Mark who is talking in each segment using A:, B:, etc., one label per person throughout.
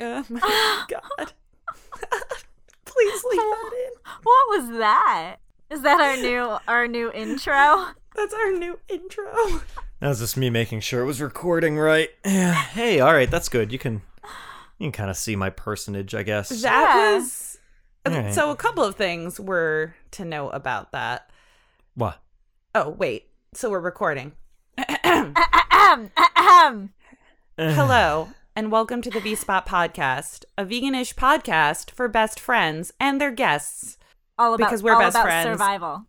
A: Oh my god. Please leave that in.
B: What was that? Is that our new our new intro?
A: That's our new intro.
C: That was just me making sure it was recording right. Yeah. Hey, all right, that's good. You can you can kind of see my personage, I guess.
A: That was uh,
C: Alright.
A: So a couple of things were to know about that.
C: what?
A: Oh, wait. So we're recording.
B: Ahem, ahem.
A: Hello and welcome to the V Spot podcast, a veganish podcast for best friends and their guests.
B: All about
A: Because we're
B: all
A: best
B: about
A: friends.
B: survival.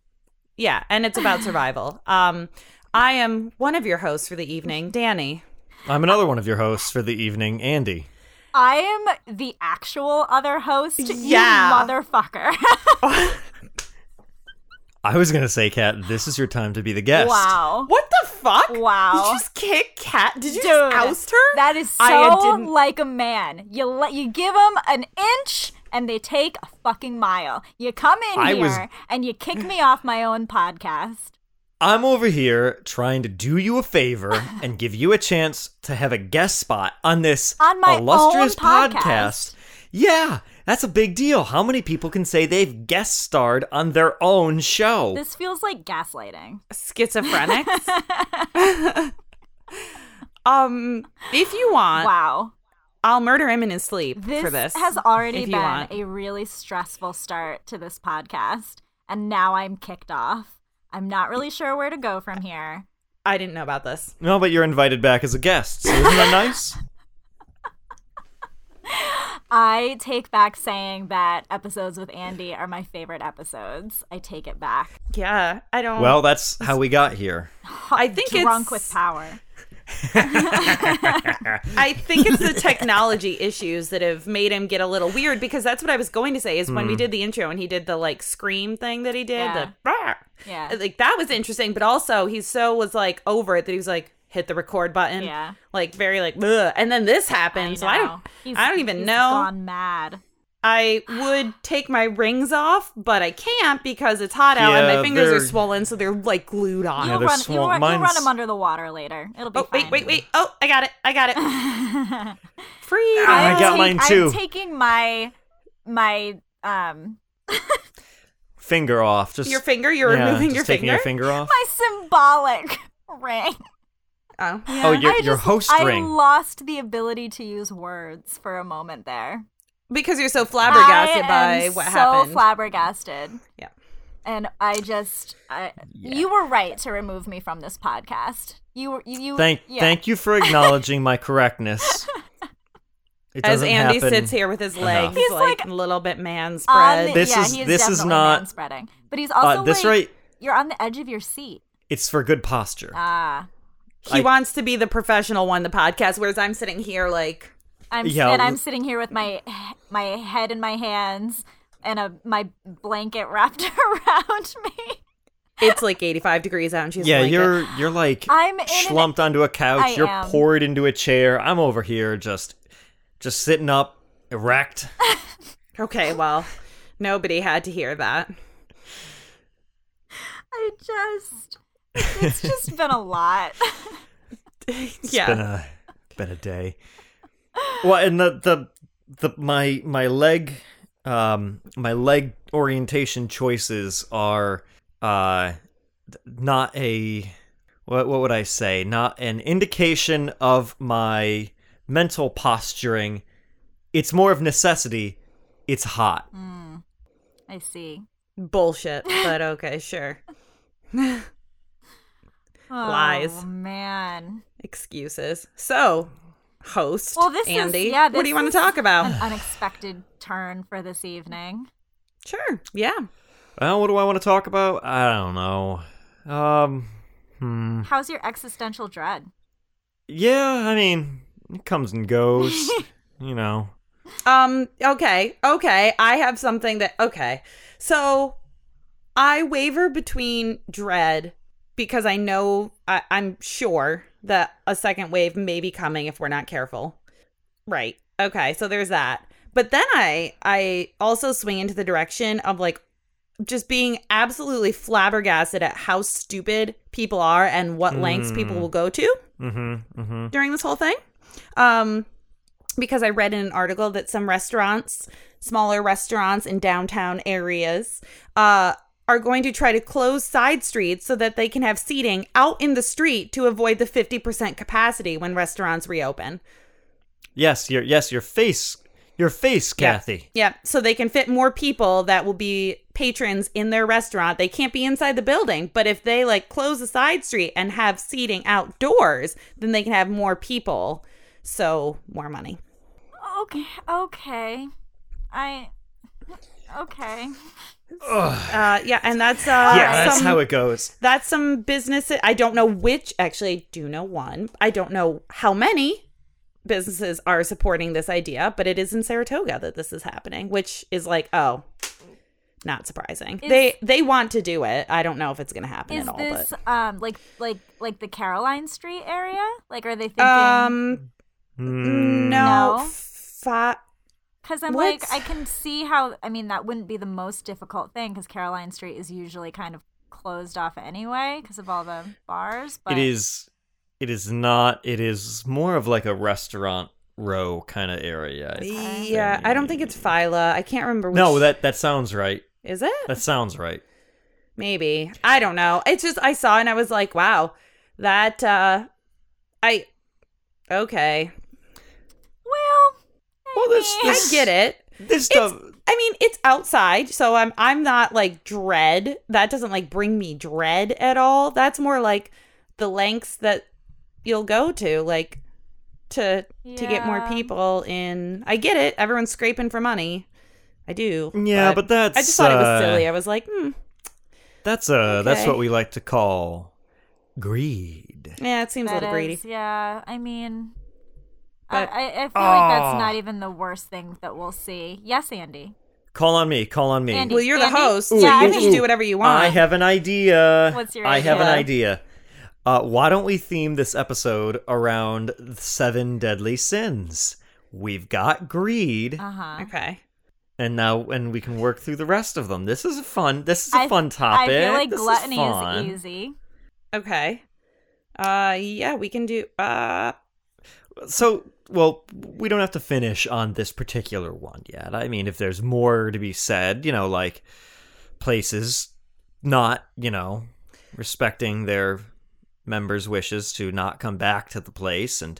A: Yeah, and it's about survival. Um I am one of your hosts for the evening, Danny.
C: I'm another one of your hosts for the evening, Andy.
B: I am the actual other host. you
A: Yeah.
B: motherfucker.
C: I was gonna say, Kat, this is your time to be the guest.
B: wow.
A: What the fuck?
B: Wow.
A: Did you just kick Kat? Did you
B: Dude,
A: just oust her?
B: That is so
A: I uh, didn't-
B: like a man. You let you give them an inch and they take a fucking mile. You come in
C: I
B: here
C: was-
B: and you kick me off my own podcast.
C: I'm over here trying to do you a favor and give you a chance to have a guest spot on this
B: On my
C: illustrious
B: own podcast.
C: Yeah, that's a big deal. How many people can say they've guest starred on their own show?
B: This feels like gaslighting.
A: Schizophrenics. um, if you want,
B: Wow.
A: I'll murder him in his sleep
B: this,
A: for this.
B: has already
A: if you
B: been
A: want.
B: a really stressful start to this podcast and now i'm kicked off i'm not really sure where to go from here
A: I didn't know about this.
C: No, but you're invited back as a guest, so isn't that nice?
B: i take back saying that episodes with andy are my favorite episodes i take it back
A: Yeah, I don't.
C: Well, that's how we got here.
A: I think
B: drunk
A: it's
B: with power
A: I think it's the technology issues that have made him get a little weird because that's what I was going to say is when we did the intro and he did the like scream thing that he did, the "Rah!"
B: Yeah.
A: like that was interesting. But also, he so was like over it that he was like hit the record button,
B: Yeah.
A: like very like, Ugh. and then this happened. so I don't,
B: He's-
A: I don't even
B: he's
A: know.
B: gone mad
A: I would take my rings off, but I can't because it's hot out and
C: Yeah,
A: my fingers are
C: they're-
A: swollen, so they're like glued on.
C: Yeah,
B: you'll
C: they're
B: run,
C: swamp-
B: you'll, run, you'll run
C: mine's-
B: him under the water later it'll be
A: Oh, wait,
B: fine.
A: wait, wait. Oh, I got it. I got it. Free.
C: I
B: I'm
C: got
B: take-
C: mine too.
B: i'm taking my my um
C: Finger off. Just
A: your finger. You're
C: yeah,
A: removing
C: just
A: your
C: taking
A: finger.
C: your finger off.
B: my symbolic ring
A: Oh, yeah.
C: Oh, your
B: I
C: your
B: just-
C: host
B: I
C: ring.
B: lost the ability to use words for a moment there.
A: because you're so flabbergasted
B: I
A: by
B: am
A: what
B: so
A: happened.
B: flabbergasted.
A: Yeah.
B: And I just, I, you were right to remove me from this podcast. You were, you, you
C: thank
B: yeah.
C: thank you for acknowledging my correctness. It
A: As
C: doesn't
A: Andy
C: happen.
A: sits here with his legs,
B: He's
A: like,
B: like
A: a little bit man
B: On
A: spread.
B: the-
C: This
B: yeah,
C: is-
B: he
C: this is
B: definitely
C: not-
B: manspreading. But he's
C: Uh,
B: also
C: this
B: like,
C: right,
B: you're on the edge of your seat.
C: it's for good posture.
B: Ah,
A: he
C: I-
A: wants to be the professional one, the podcast, whereas I'm sitting here like.
B: I'm
C: Yeah,
B: and
C: l-
B: I'm sitting here with my my head in my hands and a my blanket wrapped around me.
A: It's like 85 degrees out, and she's
C: yeah,
A: like,
C: you're you're like
B: I'm in an-
C: slumped onto a couch.
B: I
C: you're
B: am.
C: poured into a chair. I'm over here just just sitting up, erect.
A: Okay, well, nobody had to hear that.
B: I just, it's just been a lot.
A: yeah.
C: been a been a day. Well, and the the the my my leg um my leg orientation choices are uh not a what what would I say? Not an indication of my mental posturing. It's more of necessity. It's hot.
B: I see.
A: Bullshit, but okay, sure. Lies.
B: Oh, man.
A: Excuses. So, host
B: Well, this is-
A: Andy,
B: yeah,
A: what
B: this
A: do you want
B: is-
A: to talk about?
B: Unexpected turn for this evening.
A: sure. Yeah.
C: Well, what do I want to talk about? I don't know. Um hmm.
B: How's your existential dread?
C: Yeah, I mean, it comes and goes, you know.
A: Um, okay, okay. I have something that okay. So I waver between dread because I know I, I'm sure that a second wave may be coming if we're not careful. Right. Okay, so there's that. But then I I also swing into the direction of like just being absolutely flabbergasted at how stupid people are and what lengths people will go to
C: Mm-hmm. Mm-hmm.
A: during this whole thing. Um, because I read in an article that some restaurants, smaller restaurants in downtown areas, uh, are going to try to close side streets so that they can have seating out in the street to avoid the 50% capacity when restaurants reopen.
C: Yes, your yes, your face, your face, Kathy.
A: Yeah, so they can fit more people that will be patrons in their restaurant. They can't be inside the building, but if they like close a side street and have seating outdoors, then they can have more people. So, more money.
B: Okay, okay. I okay.
C: Ugh.
A: Uh yeah, and that's uh
C: Yeah, that's
A: some-
C: how it goes.
A: that's some business I don't know which actually I do know one. I don't know how many businesses are supporting this idea, but it is in Saratoga that this is happening, which is like, oh, not surprising.
B: Is-
A: they they want to do it. I don't know if it's going to happen
B: Is
A: at all,
B: this um like like like the Caroline Street area? Like are they
A: but
B: thinking
A: um
C: Mm.
A: no.
B: No.
A: Fi-
B: Because I'm
A: What?
B: like, I can see how. I mean, that wouldn't be the most difficult thing because Caroline Street is usually kind of closed off anyway because of all the bars. But
C: It is. It is not. It is more of like a restaurant row kind of area. I
A: yeah, I don't think it's Phyla. I can't remember which
C: No, that that sounds right.
A: is it?
C: That sounds right.
A: maybe i don't know it's just i saw and i was like wow that uh i okay
B: well,
C: Well, this,
A: i get it
C: This stuff.
A: i mean it's outside so i'm i'm not like dread that doesn't like bring me dread at all that's more like the lengths that you'll go to like to to get more
B: Yeah.
A: people in i get it everyone's scraping for money i do
C: Yeah, but, that's.
A: i just thought it was
C: uh,
A: silly i was like hmm
C: That's uh That's
A: Okay.
C: what we like to call greed.
A: yeah it seems a
B: that
A: little greedy
B: is- yeah. I mean,
A: But-
B: I, I, I feel like that's
C: Aw.
B: not even the worst thing that we'll see. Yes, Andy.
C: Call on me. Call on me.
B: Andy.
A: well you're the
B: Andy?
A: host so
C: Ooh,
A: you
B: ooh,
A: just
C: ooh.
A: do whatever you want
C: I have an idea.
B: What's your
C: Uh, I have an
A: idea?
C: idea. Uh, why don't we theme this episode around seven deadly sins? We've got greed,
B: Uh huh.
A: okay
C: and now and we can work through the rest of them. This is a fun. This is a
B: I-
C: fun
B: I
C: topic.
B: feel like
C: This is
B: gluttony
C: fun.
B: is easy.
A: Okay. Uh yeah, we can do uh
C: So, well, we don't have to finish on this particular one yet. I mean, if there's more to be said, you know, like places not, you know, respecting their members' wishes to not come back to the place and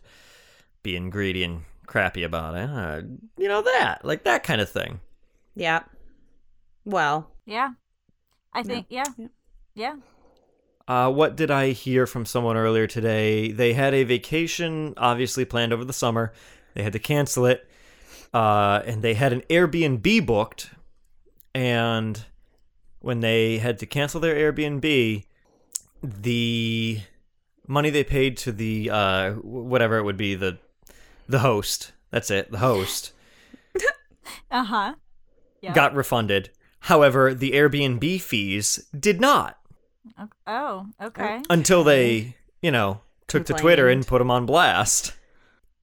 C: being greedy and crappy about it, uh, you know, that, like that kind of thing.
A: yeah. Well,
B: Yeah. I
A: Yeah.
B: think, yeah.
A: Yeah.
B: Yeah.
C: Uh, what did I hear from someone earlier today? They had a vacation, obviously planned over the summer. They had to cancel it, uh, and they had an Airbnb booked. And when they had to cancel their Airbnb, the money they paid to the uh, wh- whatever it would be the the host. That's it, the host
B: Uh huh. Yeah.
C: got refunded. However, the Airbnb fees did not.
B: Oh, okay.
C: until they, you know, took to Twitter and put them on blast.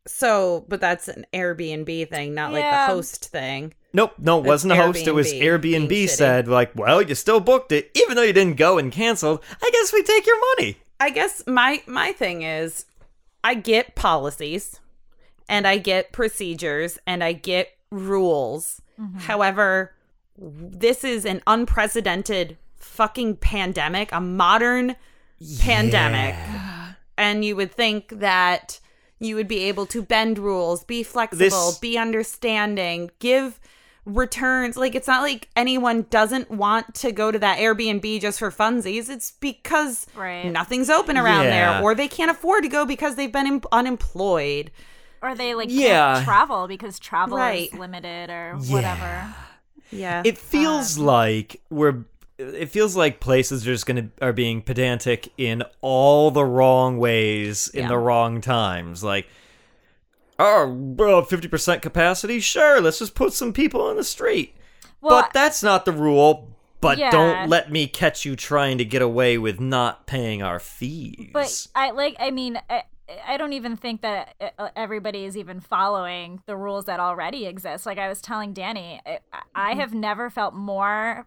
A: so but that's an Airbnb thing, not like
B: Yeah.
A: the host thing.
C: Nope, no, it
A: That's
C: wasn't a host. It was
A: Airbnb being
C: Airbnb
A: shitty.
C: said, like, well, you still booked it, even though you didn't go and canceled. I guess we take your money.
A: I guess my my thing is I get policies and I get procedures and I get rules. However, this is an unprecedented fucking pandemic, a modern pandemic. And you would think that you would be able to bend rules, be flexible,
C: This-
A: be understanding, give returns. Like, it's not like anyone doesn't want to go to that Airbnb just for funsies. It's because
B: Right.
A: nothing's open around
C: Yeah.
A: there, or they can't afford to go because they've been em- unemployed.
B: Or they like
C: Yeah.
B: can't travel because travel
A: Right.
B: is limited or
C: Yeah.
B: whatever.
A: Yeah.
C: It feels
A: Um.
C: like we're. It feels like places are just gonna are being pedantic in all the wrong ways in
A: Yeah.
C: the wrong times. Like, oh, fifty percent capacity. Sure, let's just put some people on the street.
B: Well,
C: but that's not the rule. But
B: Yeah.
C: don't let me catch you trying to get away with not paying our fees.
B: but I like. I mean, I, I don't even think that uh, everybody is even following the rules that already exist. Like I was telling Danny, I, I have never felt more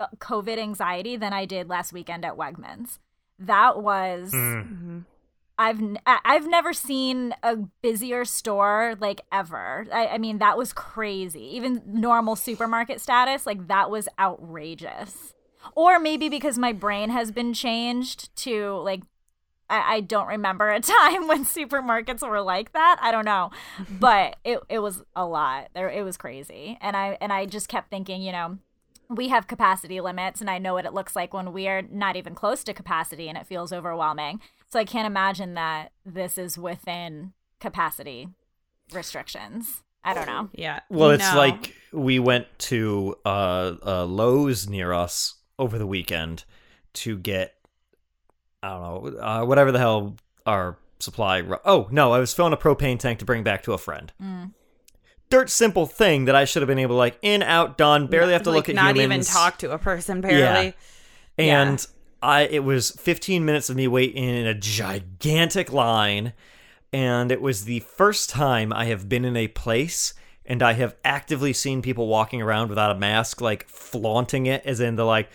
B: uh, COVID anxiety than I did last weekend at Wegmans. That was
C: Mm.
A: Mhm.
B: I've n- I- I've never seen a busier store like ever. I, I mean, that was crazy. Even normal supermarket status, like that was outrageous. Or maybe because my brain has been changed to like I, I don't remember a time when supermarkets were like that. I don't know, but it it was a lot. There it was crazy, and I and I just kept thinking, you know, we have capacity limits, and I know what it looks like when we're not even close to capacity, and it feels overwhelming. So I can't imagine that this is within capacity restrictions. I don't know.
A: Yeah.
C: Well, it's
A: No.
C: like we went to uh, uh, Lowe's near us over the weekend to get, I don't know, uh, whatever the hell our supply. ru- oh, no, I was filling a propane tank to bring back to a friend.
B: Mm.
C: Dirt simple thing that I should have been able to, like, in, out, done, barely have to
A: like,
C: look at
A: not
C: humans.
A: even talk to a person barely. Yeah.
C: and I it was 15 minutes of me waiting in a gigantic line and it was the first time I have been in a place and I have actively seen people walking around without a mask like flaunting it as in the like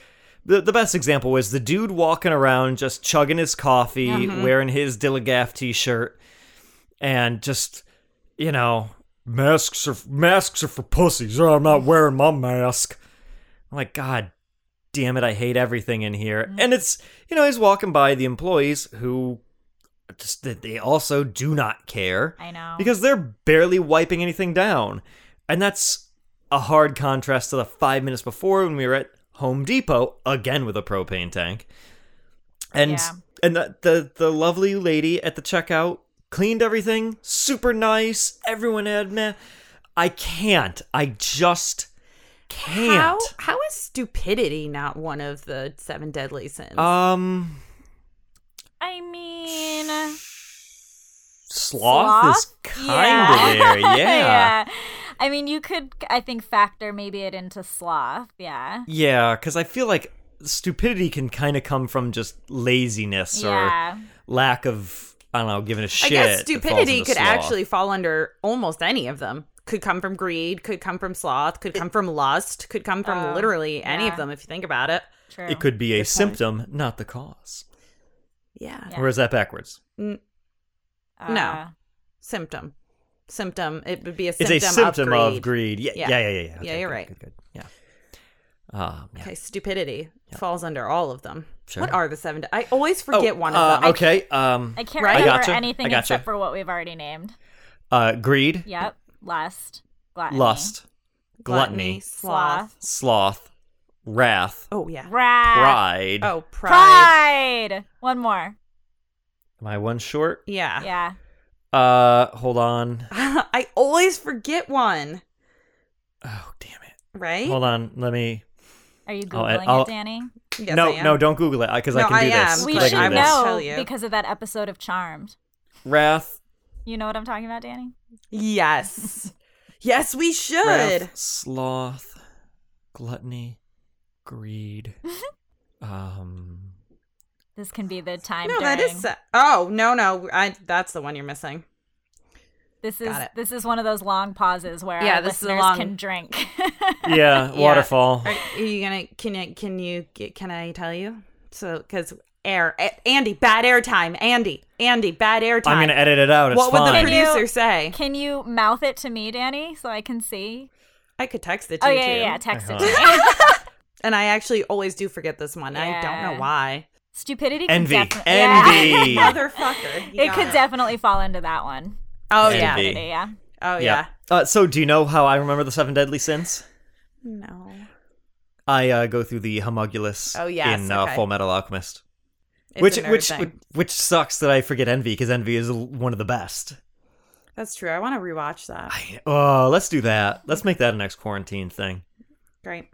C: the, the best example was the dude walking around just chugging his coffee wearing his Dillagaff t-shirt and just you know masks are masks are for pussies or I'm not wearing my mask I'm like god damn it, I hate everything in here. And it's, you know, he's walking by the employees who just, that they also do not care
B: I know.
C: because they're barely wiping anything down. And that's a hard contrast to the five minutes before when we were at Home Depot, again with a propane tank. And
B: Yeah.
C: and the, the the lovely lady at the checkout cleaned everything, super nice. Everyone had meh. I can't. I just can't.
A: How how is stupidity not one of the seven deadly sins?
C: Um,
B: I mean,
C: sloth, is
B: Sloth?
C: kind of there. Yeah. yeah.
B: yeah. I mean, you could, I think, factor maybe it into sloth. Yeah.
C: cuz I feel like stupidity can kind of come from just laziness
B: Yeah.
C: or lack of I don't know, giving a
A: I
C: shit.
A: guess
C: that falls
A: stupidity
C: into
A: could
C: sloth.
A: actually fall under almost any of them. Could come from greed, could come from sloth, could come from lust, could come from
B: Oh,
A: literally any
B: yeah.
A: of them if you think about it.
B: True.
C: it could be a symptom, not the cause.
A: Yeah.
B: Yeah.
C: Or is that backwards?
B: Uh,
A: no. Symptom. Symptom. It would be a symptom,
C: it's a symptom
A: of
C: of
A: greed.
C: greed. Yeah, yeah,
A: Yeah.
C: yeah, yeah. Yeah,
A: Yeah, you're
C: good,
A: right.
C: Good, good. Yeah. Um, yeah.
A: Okay, stupidity falls under all of them. What
C: Sure.
A: are the seven? de- I always forget
C: Oh,
A: one
C: uh,
A: of them.
C: Okay. Um
B: I can't
A: Right? I
B: remember
C: gotcha. I
B: anything
C: gotcha.
B: except for what we've already named.
C: uh greed,
B: Yep. Lust. Gluttony.
C: lust, gluttony,
A: sloth.
B: Sloth.
C: sloth, wrath,
A: Oh yeah.
B: Wrath.
C: pride.
A: Oh, pride.
B: Pride. One more.
C: Am I one short?
A: Yeah.
B: Yeah.
C: Uh, hold on.
A: I always forget one,
C: Oh, damn it.
A: right?
C: Hold on. Let me.
B: Are you
C: I'll-
B: googling
C: Oh, I'll-
B: it, Danny?
A: Yes, I
C: no,
A: am.
C: no, don't Google it because I
A: No,
C: can do
A: I am,
C: this.
A: It's
B: We
C: I
A: like
B: should
C: can do this.
A: I will
B: know
A: tell you.
B: because of that episode of Charmed.
C: Wrath,
B: You know what I'm talking about, Danny?
A: Yes. yes, we should.
C: wrath, sloth, gluttony, greed. um,
B: This can be the time.
A: no, that
B: during-
A: is. se- Oh no, no, I. That's the one you're missing.
B: This is
A: Got it.
B: this is one of those long pauses where
A: Yeah,
B: our
A: this is a
B: listeners
A: long-
B: can drink.
C: yeah,
A: Yeah.
C: waterfall.
A: Are, are you gonna? Can you? Can you? get- Can I tell you? So, because air, A- Andy, bad air time. Andy, Andy, bad air time.
C: I'm gonna edit it out. It's
A: what would the
C: fine.
B: Can you-
A: producer say?
B: can you mouth it to me, Danny, so I can see?
A: I could text it to
B: Oh
A: you
B: yeah,
A: too.
B: yeah, yeah, text it to
C: Uh-huh.
B: me.
A: And I actually always do forget this one. I don't
B: Yeah.
A: know why.
B: Stupidity. Can
C: Envy,
B: defi- yeah.
C: envy.
A: Motherfucker. You
B: it
A: got
B: could definitely fall into that one.
A: Oh
C: Envy.
A: yeah.
C: Envy.
B: Stupidity, yeah.
A: Oh yeah.
C: Uh, so, do you know how I remember the seven deadly sins?
A: No.
C: I uh, go through the homungulus
A: Oh, yes,
C: in uh,
A: okay.
C: Full Metal Alchemist,
A: It's
C: which
A: a nerd
C: which
A: thing.
C: which sucks that I forget envy because envy is l- one of the best.
A: That's true. I want to rewatch that.
C: I- Oh, let's do that. Let's make that a next quarantine thing.
A: Great.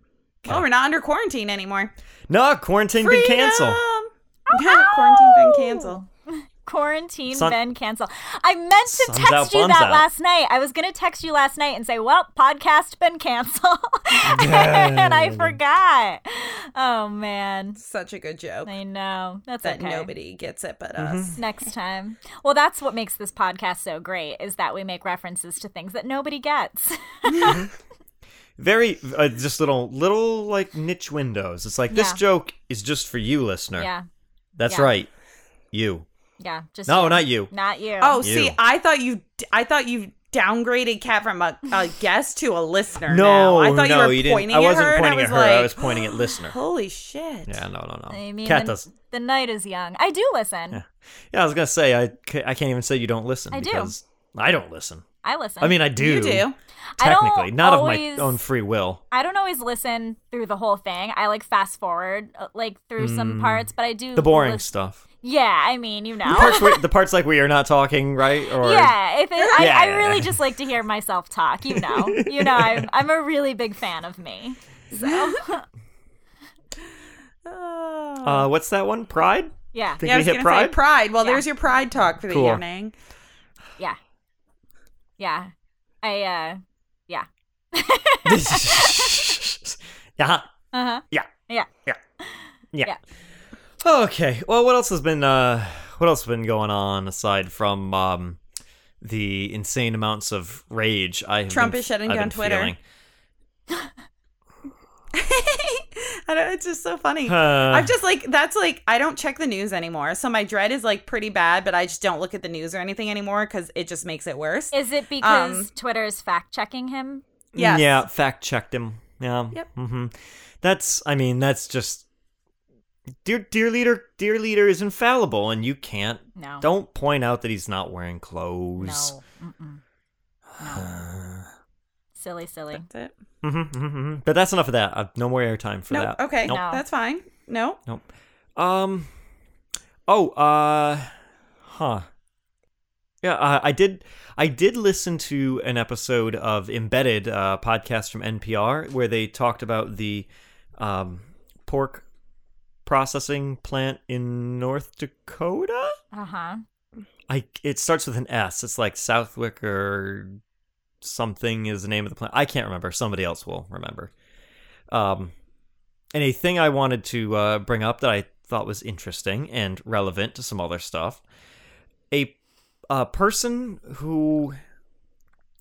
A: Well, we're not under quarantine anymore.
C: No, quarantine can cancel.
A: Yeah, quarantine been canceled.
B: Oh. Quarantine
C: Sun-
B: been cancel. I meant to
C: Sun's
B: text
C: out,
B: you
C: buns
B: that
C: out.
B: last night. I was gonna text you last night and say, "Well, podcast been canceled," and I forgot. Oh man,
A: Such a good joke
B: I know that's
A: that
B: okay.
A: nobody gets it but
C: Mm-hmm.
A: us.
B: next time. Well, that's what makes this podcast so great is that we make references to things that nobody gets.
C: Very uh, just little little like niche windows. It's like this
B: Yeah.
C: joke is just for you, listener.
B: yeah.
C: That's
B: Yeah.
C: right, you.
B: Yeah, just
C: No,
B: you.
C: not you.
B: not you.
A: Oh,
C: You.
A: see, I thought you, I thought you downgraded Kat from a, a guest to a listener. now.
C: No,
A: I thought
C: no,
A: you were
C: didn't.
A: pointing
C: I
A: at
C: wasn't
A: her. and
C: pointing
A: I
C: at
A: was
C: her.
A: Like,
C: I was pointing at listener.
A: Holy shit!
C: Yeah, no, no, no.
B: I mean,
C: Cat
B: the,
C: does.
B: the night is young. I do listen.
C: Yeah, I was gonna say I, ca- I can't even say you don't listen
B: I do.
C: because I don't listen.
B: I listen.
C: I mean, I do.
A: you do.
B: I don't
C: Technically, not of
B: always-
C: my own free will.
B: I don't always listen through the whole thing. I like fast forward uh, like through some parts, but I do
C: Mm. The boring
B: lis-
C: stuff.
B: Yeah, I mean, you know.
C: The parts, where, the parts like we are not talking, right? Or
B: yeah, if it, I,
C: Yeah,
B: I
C: yeah,
B: really
C: yeah.
B: just like to hear myself talk. You know, you know, I'm I'm a really big fan of me. So
A: Oh.
C: Uh, what's that one? Pride.
B: yeah,
C: Think
A: yeah, I
C: we
A: was
C: hit
A: gonna
C: pride.
A: Say pride. Well,
B: Yeah.
A: there's your pride talk for the
C: Cool.
A: evening.
B: yeah, yeah. I uh, yeah.
C: yeah.
B: Uh huh.
C: Yeah.
B: Yeah.
C: Yeah.
B: Yeah.
C: Okay. Well, what else has been uh what else has been going on aside from um the insane amounts of rage I have
A: Trump
C: been,
A: is shutting
C: I've
A: down
C: been
A: Twitter.
C: feeling?
A: I don't, it's just so funny.
C: Huh.
A: I'm just like that's like I don't check the news anymore. So my dread is like pretty bad, but I just don't look at the news or anything anymore because it just makes it worse.
B: Is it because
A: Um,
B: Twitter is fact checking him?
A: yes.
C: Yeah, fact checked him. Yeah.
A: Yep.
C: Mm-hmm. That's I mean, that's just Dear dear leader, dear leader is infallible and you can't
B: No.
C: don't point out that he's not wearing clothes.
B: No. Mm-mm. No. silly, silly.
A: That's it.
C: Mhm, mhm, mhm. But that's enough of that. Uh, no more airtime for
A: No,
C: that.
A: okay,
B: Nope. No.
A: that's fine. No,
C: Nope. Um. Oh. Uh. Huh. Yeah. Uh, I did. I did listen to an episode of Embedded uh, podcast from NPR where they talked about the um, pork processing plant in North Dakota.
B: Uh huh.
C: I. It starts with an S. It's like Southwick or something is the name of the plant. I can't remember. Somebody else will remember. Um, and a thing I wanted to uh, bring up that I thought was interesting and relevant to some other stuff. A, a person who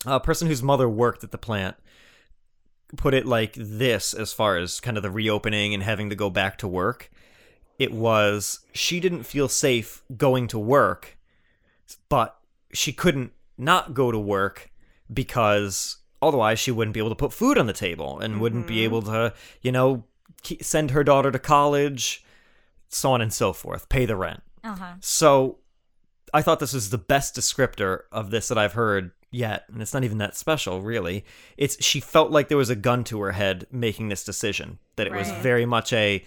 C: a person whose mother worked at the plant put it like this as far as kind of the reopening and having to go back to work. It was she didn't feel safe going to work, but she couldn't not go to work because otherwise she wouldn't be able to put food on the table and wouldn't be able to, you know, ke- send her daughter to college, so on and so forth, pay the rent.
B: Uh huh.
A: Uh-huh.
C: So I thought this was the best descriptor of this that I've heard yet, and it's not even that special, really. It's she felt like there was a gun to her head making this decision. That it was
A: Right.
C: very much a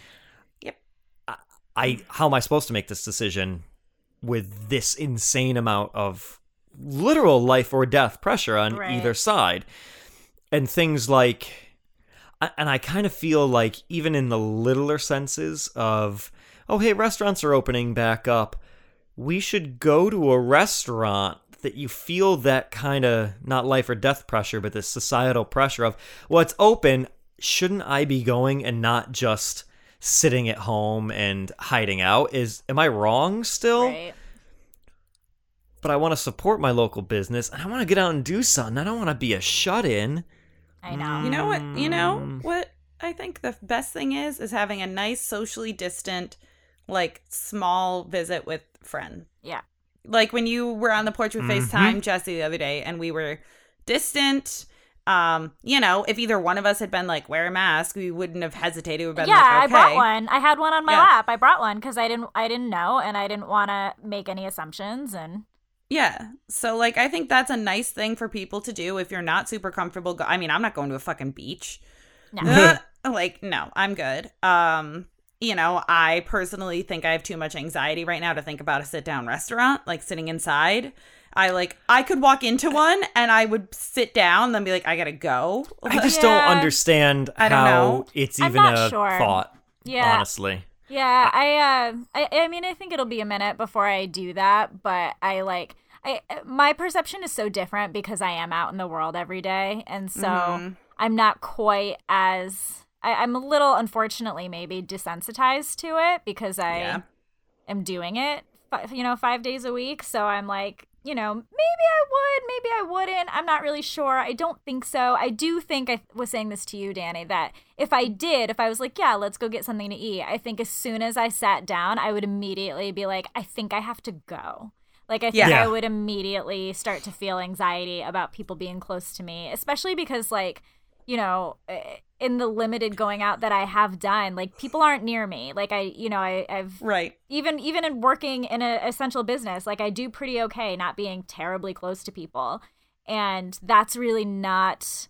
A: Yep.
C: I, I how am I supposed to make this decision with this insane amount of literal life or death pressure on
B: Right.
C: either side. And things like I- and I kind of feel like even in the littler senses of oh hey restaurants are opening back up we should go to a restaurant that you feel that kind of not life or death pressure but this societal pressure of well it's open shouldn't I be going and not just sitting at home and hiding out is am I wrong still
B: Right.
C: but I want to support my local business and I want to get out and do something I don't want to be a shut in
B: I know.
A: Mm. you know what? You know what? I think the best thing is is having a nice socially distant, like small visit with friends.
B: Yeah.
A: like when you were on the porch with FaceTime, Jesse, the other day, and we were distant. Um, you know, if either one of us had been like, wear a mask, we wouldn't have hesitated. We've been
B: yeah,
A: like,
B: I
A: okay.
B: brought one. I had one on my
A: Yeah.
B: lap. I brought one because I didn't. I didn't know, and I didn't want to make any assumptions. And
A: Yeah. So, like, I think that's a nice thing for people to do if you're not super comfortable. Go- I mean, I'm not going to a fucking beach. Uh,
B: no,
A: like, no, I'm good. Um, you know, I personally think I have too much anxiety right now to think about a sit down restaurant, like sitting inside. I like I could walk into one and I would sit down and then be like, I gotta go.
C: I just
B: Yeah.
C: don't understand
A: I don't
C: how
A: know.
C: it's
B: I'm
C: even
B: not
C: a
B: sure.
C: thought
B: yeah,
C: honestly
B: yeah. I, uh, I, I mean, I think it'll be a minute before I do that, but I like. I, my perception is so different because I am out in the world every day, and so
A: Mhm.
B: I'm not quite as I, I'm a little, unfortunately, maybe desensitized to it because I
A: Yeah.
B: am doing it, fi- you know, five days a week. So I'm like, you know, maybe I would, maybe I wouldn't. I'm not really sure. I don't think so. I do think I was saying this to you, Danny, that if I did, if I was like, yeah, let's go get something to eat, I think as soon as I sat down, I would immediately be like, I think I have to go. Like, I think
A: Yeah.
B: I would immediately start to feel anxiety about people being close to me, especially because, like, you know, eh, in the limited going out that I have done, like, people aren't near me. Like, I, you know, I, I've
A: Right.
B: even even in working in an essential business like i do pretty okay not being terribly close to people and that's really not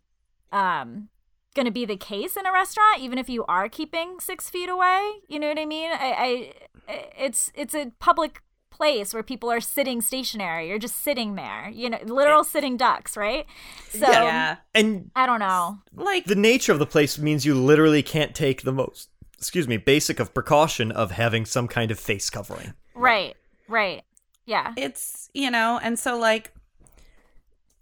B: um gonna be the case in a restaurant even if you are keeping six feet away you know what i mean i, I it's it's a public place where people are sitting stationary you're just sitting there you know literal sitting ducks right so
A: yeah.
C: And
B: i don't know
A: Like
C: the nature of the place means you literally can't take the most excuse me basic of precaution of having some kind of face covering
B: right right yeah
A: it's you know and so like